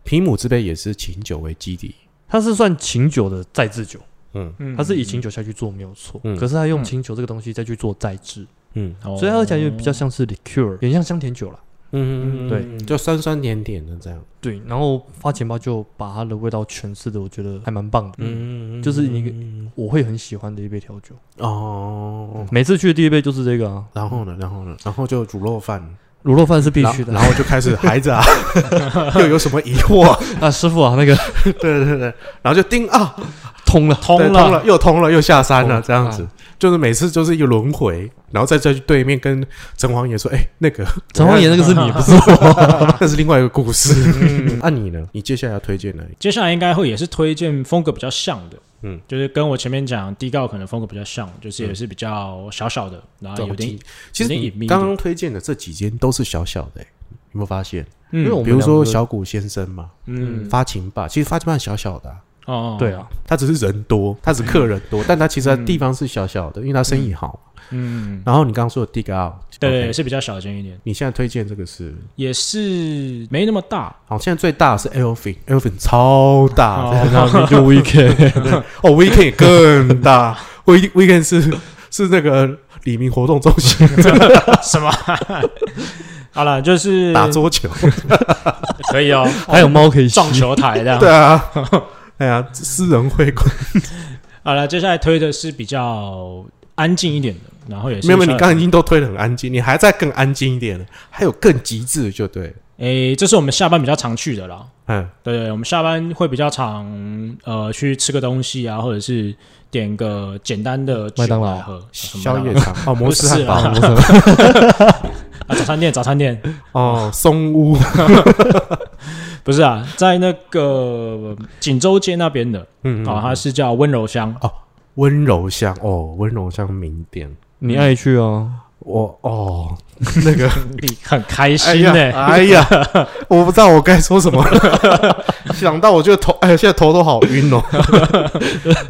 皮姆之杯也是琴酒为基底，
它是算琴酒的再制酒，
嗯
嗯
它是以琴酒下去做没有错，
嗯
可是它用
嗯
琴酒这个东西再去做再制，
嗯
哦
所以它喝起来就比较像是 liqueur，有点像香甜酒啦。
嗯
对
对，就酸酸甜甜的这样，
对，然后花钱包就把它的味道诠释的，我觉得还蛮棒的。嗯，
嗯
就是一个
个
我会很喜欢的一杯调酒。
哦，
每次去的第一杯就是这个啊，
然后呢，然后呢，然后就煮肉饭，
卤肉饭是必须的。
然后然后就开始孩子啊，又有什么疑惑？
啊，师傅啊，那个
对对对，对然后就叮啊，
通了，
通
对
了，
通了，又通了，又下山了，
哦
这样子，就是每次就是一个轮回，然后再再去对面跟城隍爷说，哎，那 个
城隍爷那个是你，不是我。
那是另外一个故
嗯
事。那你呢？你接下来要推荐哪一个？
接下来应该会也是推荐风格比较像的，
嗯
嗯，就是跟我前面讲低告可能风格比较像，就是也是比较小小的，然啊后有点
对，其实
有点
你
隐秘一点
刚刚推荐的这几间都是小小的、欸，你有没有发现？
因为
嗯
我们
比如说
两个
小谷先生嘛，
嗯
发情吧，其实发情吧很小小的啊、
哦
对，啊，
他只是人多，他只客人多，但他其实他地方是小小的，因为他生意好。
嗯，
然后你刚刚说的 Dig Out，
对
OK，
是比较小间一点，
你现在推荐这个是，
也是没那么大，
好，现在最大的是 Elfin，Elfin 超大，
哦
然后你就 weekend，
哦，Weekend 也更大，Week Weekend 是是那个李明活动中心
什么？ 好了，就是
打桌球，
可以哦，
还有猫可以
撞球台这 样。
对 啊，哎呀，私人会馆，
好了，接下来推的是比较安静一点的，然后也是
没有，没有
稍微
你刚才已经都推的很安静，你还在更安静一点，还有更极致的就对了，
诶，这是我们下班比较常去的啦。
嗯
对，我们下班会比较常呃去吃个东西啊，或者是点个简单的酒
麦当劳
来喝什么
宵夜
麦
场哦，摩斯汉堡
不是 当劳啊，早餐店早餐店
哦，松屋
不是啊，在那个锦州街那边的
嗯
啊，它是叫温柔乡，
温柔乡哦，温柔乡名店，
你爱去啊？
我哦， 那个
你很开
哎
心
呀
呢。
哎呀，我不知道我该说什么了， 想到我就头哎，现在头都好晕哦。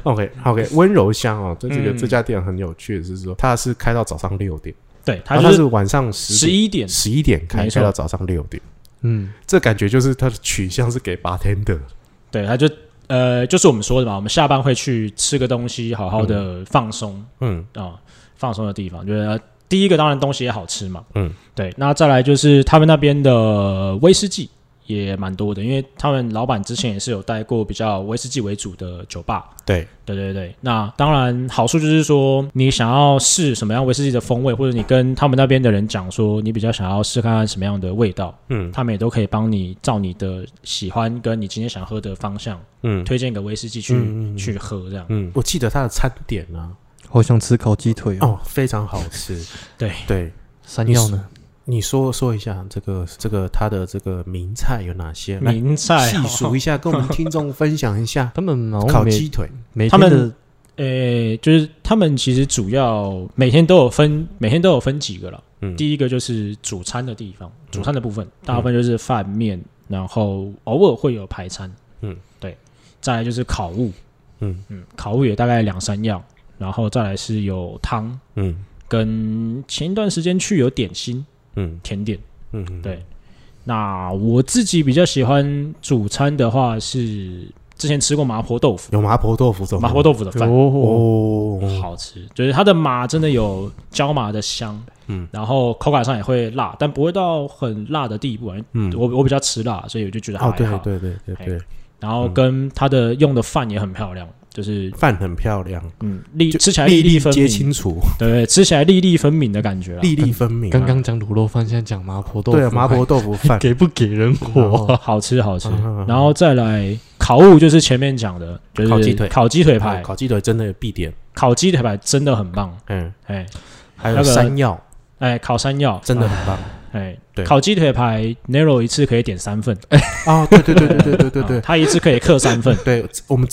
OK OK，温柔乡哦，这这个
嗯
这家店很有趣，是说它是开到早上六点，
对，它
然后
就
它
是
是晚上
十
十
一点，
十一点开，
没错
开到早上六点，
嗯，
这感觉就是它的取向是给 bartender
对，它就呃就是我们说的嘛，我们下班会去吃个东西，好好的放松
嗯
啊、放松的地方，就是、呃第一个当然东西也好吃嘛，
嗯，
对，那再来就是他们那边的威士忌也蛮多的，因为他们老板之前也是有带过比较威士忌为主的酒吧。
对，
对对对，那当然好处就是说，你想要试什么样威士忌的风味，或者你跟他们那边的人讲说你比较想要试看看什么样的味道，
嗯
他们也都可以帮你照你的喜欢跟你今天想喝的方向，
嗯
推荐一个威士忌去、
嗯嗯嗯
去喝这样。
嗯，我记得它的餐点呢、
好想吃烤鸡腿哦。
哦，非常好吃，
对
对。
山药呢？
你说说一下这个这个它的这个名菜有哪些？来
名菜哦
细数一下，跟我们听众分享一 下
他们好
烤
像
鸡
每
腿。
每
他
天
们
的
诶、就是他们其实主要每天都有分，每天都有分几个了。
嗯
第一个就是主餐的地方，主餐的部分大部分就是饭面，然后偶尔会有排餐。
嗯，
对。再来就是烤物，
嗯
嗯，烤物也大概两三样，然后再来是有汤，
嗯
跟前一段时间去有点心
嗯
甜点。
嗯，
对那我自己比较喜欢主餐的话是之前吃过麻婆豆腐，
有麻婆豆腐这种
麻婆豆腐的饭。
哦，
哦，
好吃，就是它的麻真的有椒麻的香，
嗯
嗯，然后口感上也会辣，但不会到很辣的地步啊。因为
嗯，
我哎我比较吃辣，所以我就觉得
哦
还好。，
对嗯对对对对，
然后跟它的用的饭也很漂亮，就是
饭很漂亮，
嗯粒
就
吃起来
粒
粒
粒
分
皆
明，
清楚，
对对，吃起来粒粒分明的感觉啦。
粒粒分明啊。
刚刚讲卤肉饭，现在讲啊麻婆豆腐，
对麻婆 豆腐饭
还，给不给人活？
哦，好吃好吃
嗯嗯嗯。
然后再来烤物，就是前面讲的，就是
烤鸡腿
烤鸡腿
哦
排，
烤鸡腿真的有必点。
烤鸡腿排真的很棒。
嗯，
哎
还有
那个
山药
哎，烤山药
真的很棒。
哎，
对
烤鸡腿排 Nero 一次可以点三份，
啊，对对对对对对对对，
啊他一次可以刻三份
对，我们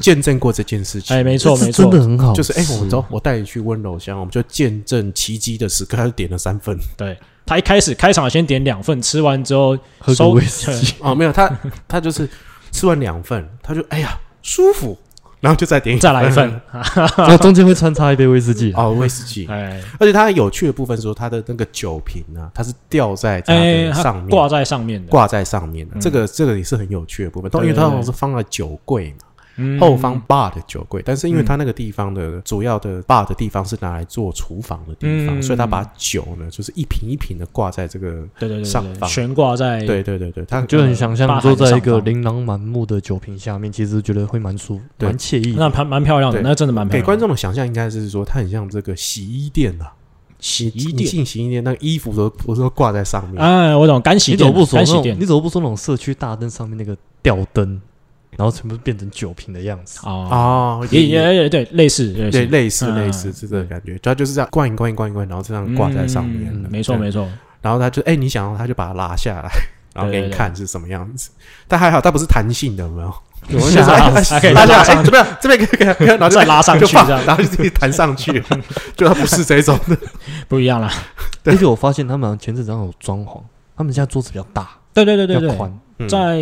见证过这件事情。
哎，没
这
错
是
没
真
错
的，很好
就
吃，
是哎、我们走，我带你去温柔乡，我们就见证奇迹的时刻。他就点了三份
对他一开始开场先点两份，吃完之后
喝个
收
威士 忌，
哦，没有他，他就是吃完两份，他就哎呀舒服，然后就再点嗯
再来 一份，
然后中间会穿插一杯威士 忌。啊
哦威士忌。
哎
而且它有趣的部分是说，它的那个酒瓶啊，它是吊在它
哎，
的
它
上面，
挂在上面的，
挂在上面的。这个这个也是很有趣的部分，都因为它
对对
好像是放在酒柜嘛，
嗯
后方 bar 的酒柜，但是因为它那个地方的主要的 bar 的地方是拿来做厨房的地方，
嗯
所以它把酒呢就是一瓶一瓶的挂在这个，
对对对
上
对对，
方
悬挂在
对对对对，它
就很想象
八
你
哦海
坐在一
上
个
方
琳琅满目的酒瓶下面，其实觉得会蛮舒服、
对
蛮惬意的。
那蛮蛮漂亮的，
对
那真的蛮漂
给
亮的。
观众的想象应该是说，它很像这个洗衣店啊，
洗
你
衣
你
店，
进洗衣店，那个衣服都不是都挂在上面，
哎，我懂，干洗
你怎么
店
不，说
干
那
洗
种？
店
你，怎么不说那种社区大灯上面那个吊灯，然后全部变成酒瓶的样子？
哦，
哦，
也也也对，类似类
对，
似
类似
嗯
类似是这个感觉，它就是这样灌一灌一灌一灌，然后这样挂在上面
嗯
的，
没错
对
没错，
然后他就哎、你想要，他就把它拉下来，然后给
对
你
对
看是什么样子。但还好，它不是弹性的，有没有？就
有人
是
想
哎
要
哎
还可以
拉下来，
拉上
哎怎么样？这边可以可以可以，然后就
再拉上去
就放
这样
然后就自己弹上去了。就它不是这种的，
不一样啦。
而且我发现他们好像前阵子好像有装潢，他们现在桌子比较大，
对对对
比较
对对，
宽，
嗯
在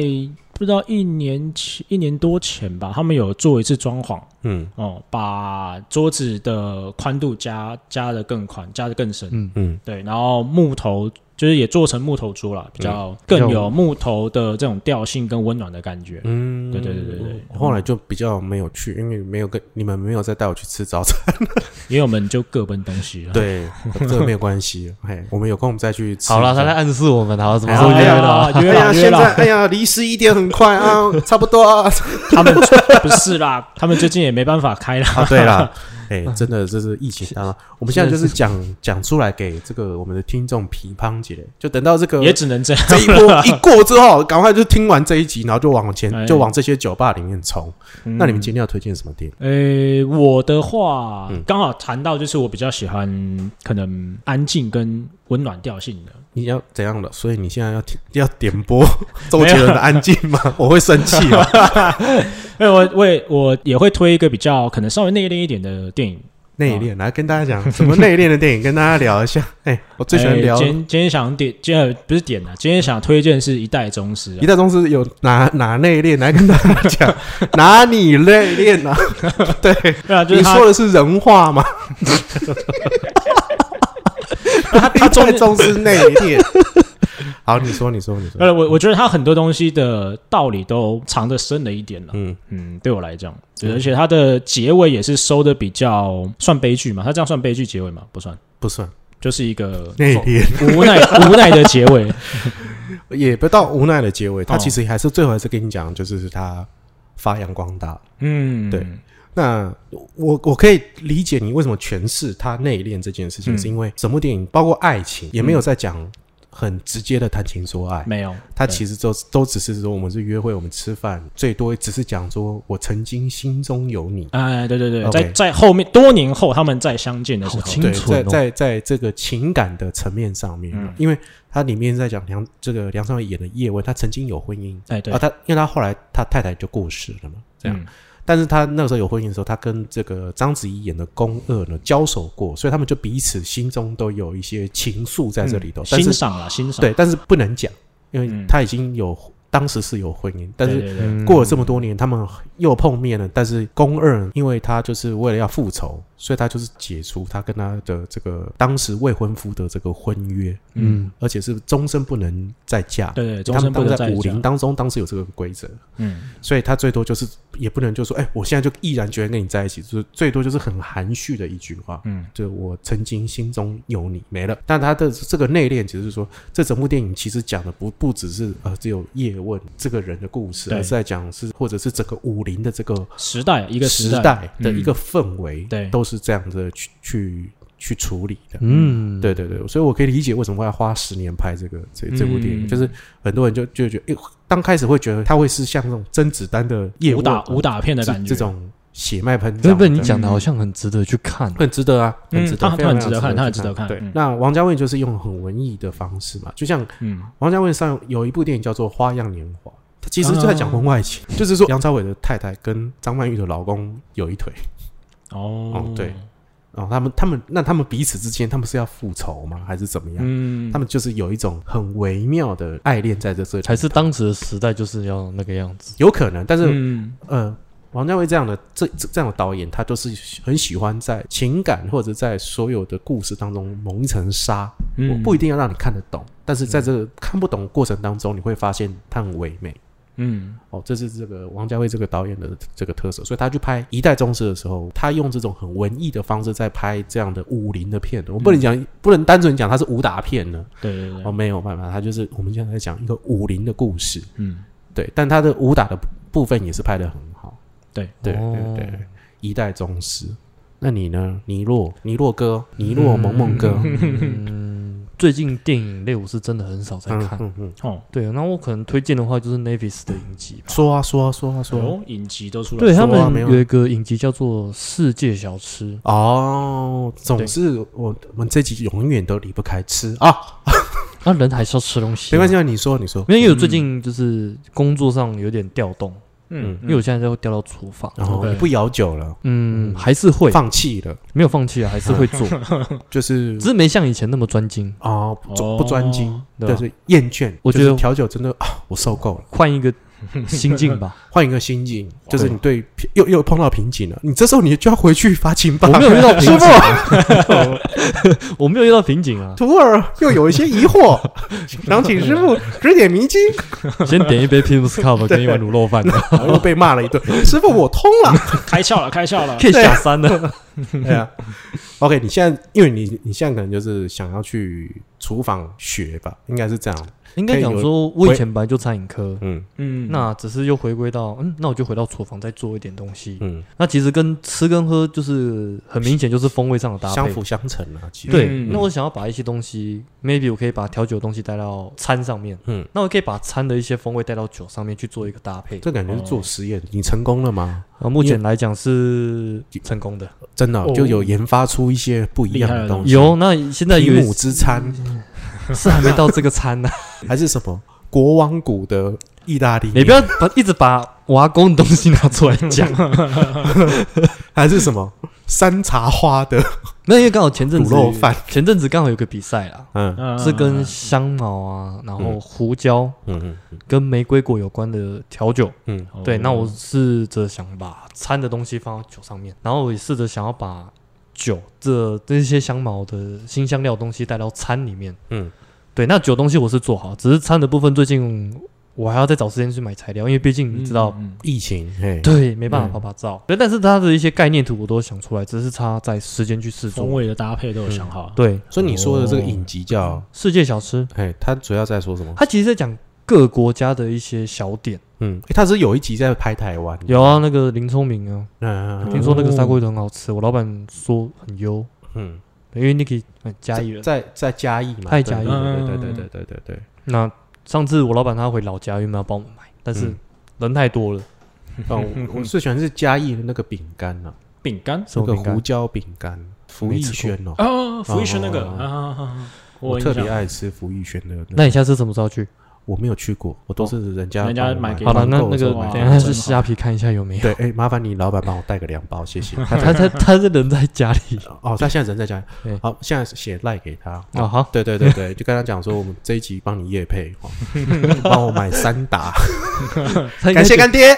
不知道一年前一年多前吧，他们有做一次装潢
嗯
哦，把桌子的宽度加加的更宽，加的更深。
嗯，
嗯
对，然后木头就是也做成木头桌啦，比
嗯
较更有木头的这种调性跟温暖的感觉。
嗯，
对对对对对
我后来就比较没有去，因为没有跟你们没有再带我去吃早餐。
因为我们就各奔东西了。
对，这个没有关系。嘿，我们有空我们再去吃。
好了，他在。暗示我们，好，什么
哎
时
呀，
候
哎
约啊
呀
了？
哎
约
呀，
了 约
现在
了，
哎呀，离十一点很快啊，差不多啊。
他们不是啦，他们最近也没办法开啦。
啊，对啦，哎、真的这是疫情啊！我们现在就是讲讲出来给这个我们的听众批判起来，就等到这个
也只能这样。
这一 波一过之后，赶快就听完这一集，然后就往前、
哎
就往这些酒吧里面冲。
嗯
那你们今天要推荐什么店？
呃，我的话
嗯
刚好谈到，就是我比较喜欢可能安静跟温暖调性的。
你要怎样的？所以你现在要听要点 播周杰伦的《安静》吗？我会生气哦。
哎，我我也我也会推一个比较可能稍微内敛一点的电影。
内敛，来跟大家讲什么内敛的电影，跟大家聊一 下。哎、我最喜欢
哎
聊
今
《
天今天想点，今天不是点啊，今天想推荐是一代宗师、啊
一。代宗师》，有哪哪内敛？来跟大家讲 哪里内敛啊？
对啊，就
你
是他
说的是人话 吗？他他
中
在中是内敛。 好，你说，你说，你说。
呃，我我觉得他很多东西的道理都藏得深了一点了。
嗯，
嗯，对我来讲，对而且他的结尾也是收的比较算悲剧嘛，他这样算悲剧结尾吗？不算，
不算
就是一个
内敛，
无奈无奈的结尾。
也不到无奈的结尾。他
哦
其实还是最后还是跟你讲，就是他发扬光大。
嗯，
对那我我可以理解你为什么诠释他内敛这件事情，
嗯
是因为整部电影包括爱情也没有在讲很直接的谈情说爱，
没有，
他
对
其实都都只是说我们是约会，我们吃饭，最多只是讲说我曾经心中有你，
哎，对对对，
OK
在在后面多年后他们再相见的时候
好，清
对，
纯
在
哦
在在这个情感的层面上面啊，
嗯
因为它里面在讲梁这个梁朝伟演的叶问，他曾经有婚姻
哎对
啊，，他因为他后来他太太就过世了嘛，这样，
嗯
但是他那时候有婚姻的时候，他跟这个章子怡演的宫二呢交手过，所以他们就彼此心中都有一些情愫在这里头，但
嗯欣
是
赏了欣赏，
对，但是不能讲，因为
嗯
他已经有、当时是有婚姻，但
对
是
对对
嗯
过了这么多年，他们又碰面了。但是宫二因为他就是为了要复仇，所以他就是解除他跟他的这个当时未婚夫的这个婚约，
嗯，
而且是终身不能再嫁。
对对，终
他
身
们当
不能
时
再
在武
见
林当中，当时有这个规则，
嗯，
所以他最多就是也不能就说，哎、我现在就毅然决然跟你在一起，就是最多就是很含蓄的一句话，
嗯，
就我曾经心中有你没了。但他的这个内敛，只是说这整部电影其实讲的不不只是呃只有叶问这个人的故事，
对
而是在讲是或者是整个武林的这个
时代一
一
个
时
代，
代的
嗯
一个氛围，
对
都是这样子去去去处理的。
嗯，
对对对，所以我可以理解为什么会要花十年拍这个这这部电影，
嗯
就是很多人就就觉得，诶当开始会觉得它会是像那种甄子丹的叶
武
问
打武打片的
啊这
感觉，
这种血脉喷
那
张。
被你
对
讲的好像很值得去看，哦
很值得啊，很
嗯
值得，
他他
非常
很值得看他很
去
值得看
对
嗯，
那王家卫就是用很文艺的方式嘛，就像
嗯，
王家卫上有一部电影叫做《花样年华》，他其实就在讲婚外情，
啊
就是说梁朝伟的太太跟张曼玉的老公有一腿，
哦
哦，对，然后他们他们那他们彼此之间他们是要复仇吗？还是怎么样？
嗯，
他们就是有一种很微妙的爱恋在这这里，
还是当时的时代就是要那个样子。
有可能，但是、
嗯
呃，王家卫这样的这这这样的导演，他都是很喜欢在情感或者在所有的故事当中蒙一层纱，我
嗯
不一定要让你看得懂，但是在这个看不懂的过程当中，你会发现它很唯美。
嗯
哦，这是这个王家卫这个导演的这个特色，所以他去拍《一代宗师》的时候，他用这种很文艺的方式在拍这样的武林的片。我不能讲，
嗯
不能单纯讲它是武打片呢。
对对对
哦，没有办法，他就是我们现在在讲一个武林的故事。
嗯
对，但他的武打的部分也是拍的很好。
对
对
哦
对对，一代宗师。那你呢？尼洛，尼洛哥，尼洛萌萌哥，
嗯，最近电影类我是真的很少在
嗯
看。
嗯嗯，
哦
对，那我可能推荐的话就是 Navis 的影集吧。
说啊说啊说啊
哎
说
哦影集都出来
对他
说啊
们
没有
有一个影集叫做《世界小吃
啊，哦，总是我我们这集永远都离不开吃啊，》，
那人还是要吃东西，
没关系。啊，你说你说，
因为我最近就是工作上有点调动，
嗯
嗯因为我现在要调到厨房，
然后
OK
你不摇酒了，
嗯，还是会
嗯放弃了，
没有放弃啊，还是 会做，
就是
只是没像以前那么专精。
哦不专不专精，
哦
对吧啊
就是厌倦，
我觉得
就是调酒真的啊，我受够了，
换一个心境吧。
换一个心境，
哦
就是你对又又碰到瓶颈了，你这时候你就要回去发情吧
我。没有遇到瓶
师
颈啊
傅，
我没有遇到瓶颈啊，
徒儿又有一些疑惑， 想请师傅指点迷津，
先点一杯 p i m s Cup 跟一碗卤肉饭，
然后又被骂了一 顿。师傅，我通了。
开窍了开 窍了嗯
可以下山了。
对啊。OK，你现在因为你你现在可能就是想要去厨房学吧，应该是这样。
应该讲说，我以前本来就餐饮科，
嗯
嗯
那只是又回归到，嗯，那我就回到厨房再做一点东西。
嗯，
那其实跟吃跟喝就是很明显就是风味上的搭
相
配。
辅相成啊，其实。
对，
嗯
那我想要把一些东西，maybe 我可以把调酒的东西带到餐上面，
嗯，
那我可以把餐的一些风味带到酒上面去做一个搭配。
这感觉是做实验，你成功了吗？
啊，目前来讲是成功的，
真的啊
哦
就有研发出一些不一样的东西，
有。那现在
提
有
姆之餐
是还没到这个餐呢、
还是什么国王谷的意大利
你
面
不，要把一直把我阿公的东西拿出来 讲。
还是什么山茶花 的
那因为刚好前阵子
卤肉饭，
前阵子刚好有个比赛啦，
嗯
嗯
是跟香茅啊，然后胡椒
嗯
跟玫瑰果有关的调酒。
嗯
哦
对，那我试着想把餐的东西放到酒上面，然后我也试着想要把酒这这些香茅的新香料东西带到餐里面。
嗯
对，那酒东西我是做好，只是餐的部分最近我还要再找时间去买材料，因为毕竟你知道，
嗯嗯
疫情嘿，
对，没办法拍拍照。对，但是它的一些概念图我都想出来，只是差在时间去试
风
做。
味的搭配都有想
嗯
好，
对，
所以你说的这个影集叫
世界小吃，
嘿，它主要在说什么？
它其实在讲各国家的一些小点。
嗯，诶它是有一集在拍台湾，
有啊，那个林聪明啊，
嗯嗯
听说那个砂锅鱼头很好吃，我老板说很优，
嗯。
因为 Niki 很嘉义人。
在在嘉义嘛，
太
对
嘉义
对对
嗯
对对对对对
那上次我老板他回老家，原本要帮我买，但是
嗯
人太多了，
对。哦，我我最喜欢是嘉义的那个饼干呐，
饼干
什
那个
么饼干
胡？椒饼干，福
没
义
吃过
轩哦，
啊，福一轩那个
哦
啊啊，啊啊
我
有
特
印
别
象
爱吃福义轩的那个，
那你下次什么时候去？
我没有去过，我都是人家
人家
帮我
买
买
给
好了，
团
那
购
那
的时
个
候啊
哇
买
等一下
真
去
好
虾皮看一下 有没有。
对，哎，麻烦你老板帮我带个两包，谢 谢。
他他他他是人在家里
哦，他现在人在家
对，
好，现在写赖给他。
啊，好，
对对对 对，就跟他讲说，我们这一集帮你夜配，哦帮我买三打，
他应该
感谢干 爹，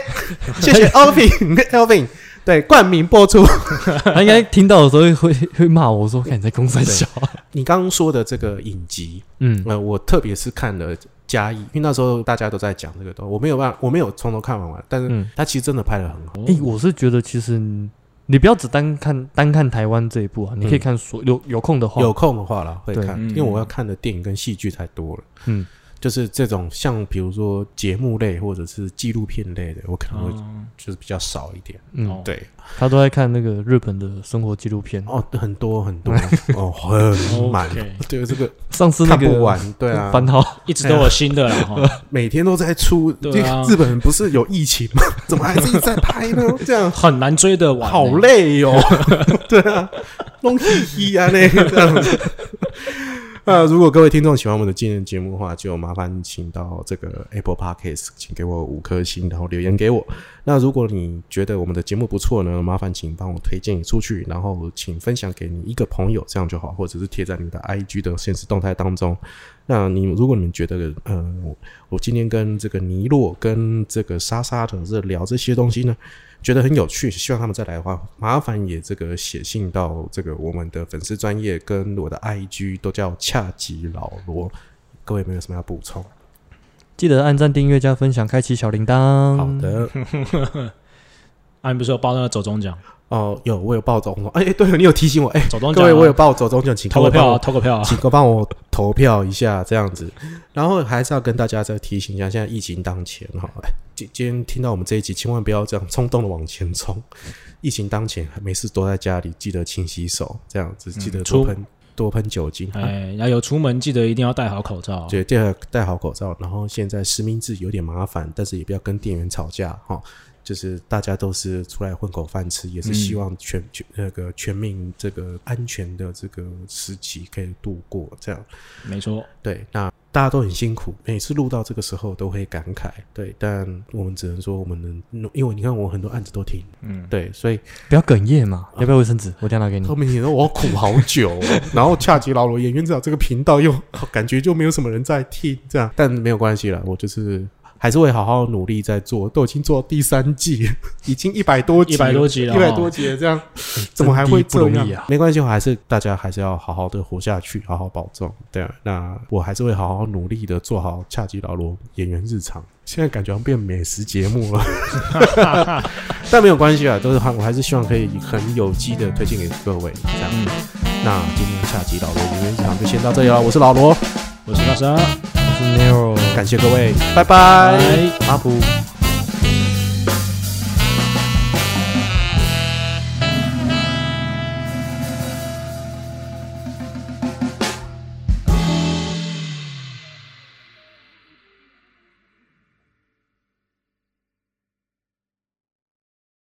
谢谢 Alvin Alvin，对冠名播出。
他应该听到的时候会 会会骂我说，看你在公山小，
你刚刚说的这个影集，
嗯，
呃，我特别是看了嘉义，因为那时候大家都在讲这个东西，我没有办法，我没有从头看完完，但是
嗯
他其实真的拍的很好。
诶，我是觉得其实你你不要只单看单看台湾这一部啊，你可以看所有有空的话，
嗯有空的话啦，会
哦对
看，
嗯
因为我要看的电影跟戏剧太多了。
嗯，
就是这种像比如说节目类或者是纪录片类的，我可能会
嗯
就是比较少一点。
嗯
哦，
对，
他都在看那个日本的生活纪录片。
哦，很多很多哦，很满。
OK，
对，这个
上次那
看
个
不完。对啊，
番号
一直都有新的啦，哈
每天都在出。
对啊
日本人不是有疫情吗？ 怎么还是一直在拍呢？这样
很难追得完欸。
好累哟、对啊，弄嘻嘻啊那个这样子。那如果各位听众喜欢我们的纪念节目的话，就麻烦请到这个 Apple Podcast，请给我五颗星，然后留言给我。那如果你觉得我们的节目不错呢，麻烦请帮我推荐出去，然后请分享给你一个朋友，这样就好，或者是贴在你的 IG 的现实动态当中。那你如果你们觉得，嗯、我我今天跟这个尼洛跟这个莎莎等这聊这些东西呢，觉得很有趣，希望他们再来的话，麻烦也这个写信到这个我们的粉丝专业跟我的 IG 都叫恰吉老罗。各位有没有什么要补充？
记得按赞、订阅、加分享、开启小铃铛。
好，的，
啊，你不是有报那个走中奖，
哦，有我有报走红，哎、对，你有提醒我，哎、
走中
各
奖啊，
位我有报走中奖，请各
投
位
个票
帮
啊，
我，
投个票啊。
请各位帮我投票一下，这样子。然后还是要跟大家再提醒一下，现在疫情当前哈，哎今今天听到我们这一集，千万不要这样冲动的往前冲。疫情当前，没事躲在家里，记得勤洗手，这样子记得多
出
喷、多喷酒精。
哎，要有出门记得一定要戴好口罩。啊
对，第二戴好口罩，然后现在实名制有点麻烦，但是也不要跟店员吵架哈、就是大家都是出来混口饭吃，也是希望全、全那个全民这个安全的这个时期可以度过。这样
没错，
对，那大家都很辛苦，每次录到这个时候都会感慨。对，但我们只能说我们能，因为你看我很多案子都停，
嗯，
对，所以
不要哽咽嘛，要不要卫生纸？我等一下拿给你
后。面你说我要苦好久、 哦，然后恰吉老罗演员长这个频道又感觉就没有什么人在听这样，但没有关系啦，我就是还是会好好努力在做，都已经做到第三季，已经一百多集，
100多集了
一
哦
百多集了，这样怎么还会
真
这
的不容
样
易啊？
没关系，我还是大家还是要好好的活下去，好好保重。对啊，那我还是会好好努力的做好恰吉老罗演员日常。现在感觉好像变美食节目 了，但没有关系啊，都是我还是希望可以很有机的推荐给各位这样。
嗯
那今天下集老罗演员日常就先到这里了，我是老罗，
我是大神，
我是 Nero，
感谢各位，拜拜。
拜。
阿布。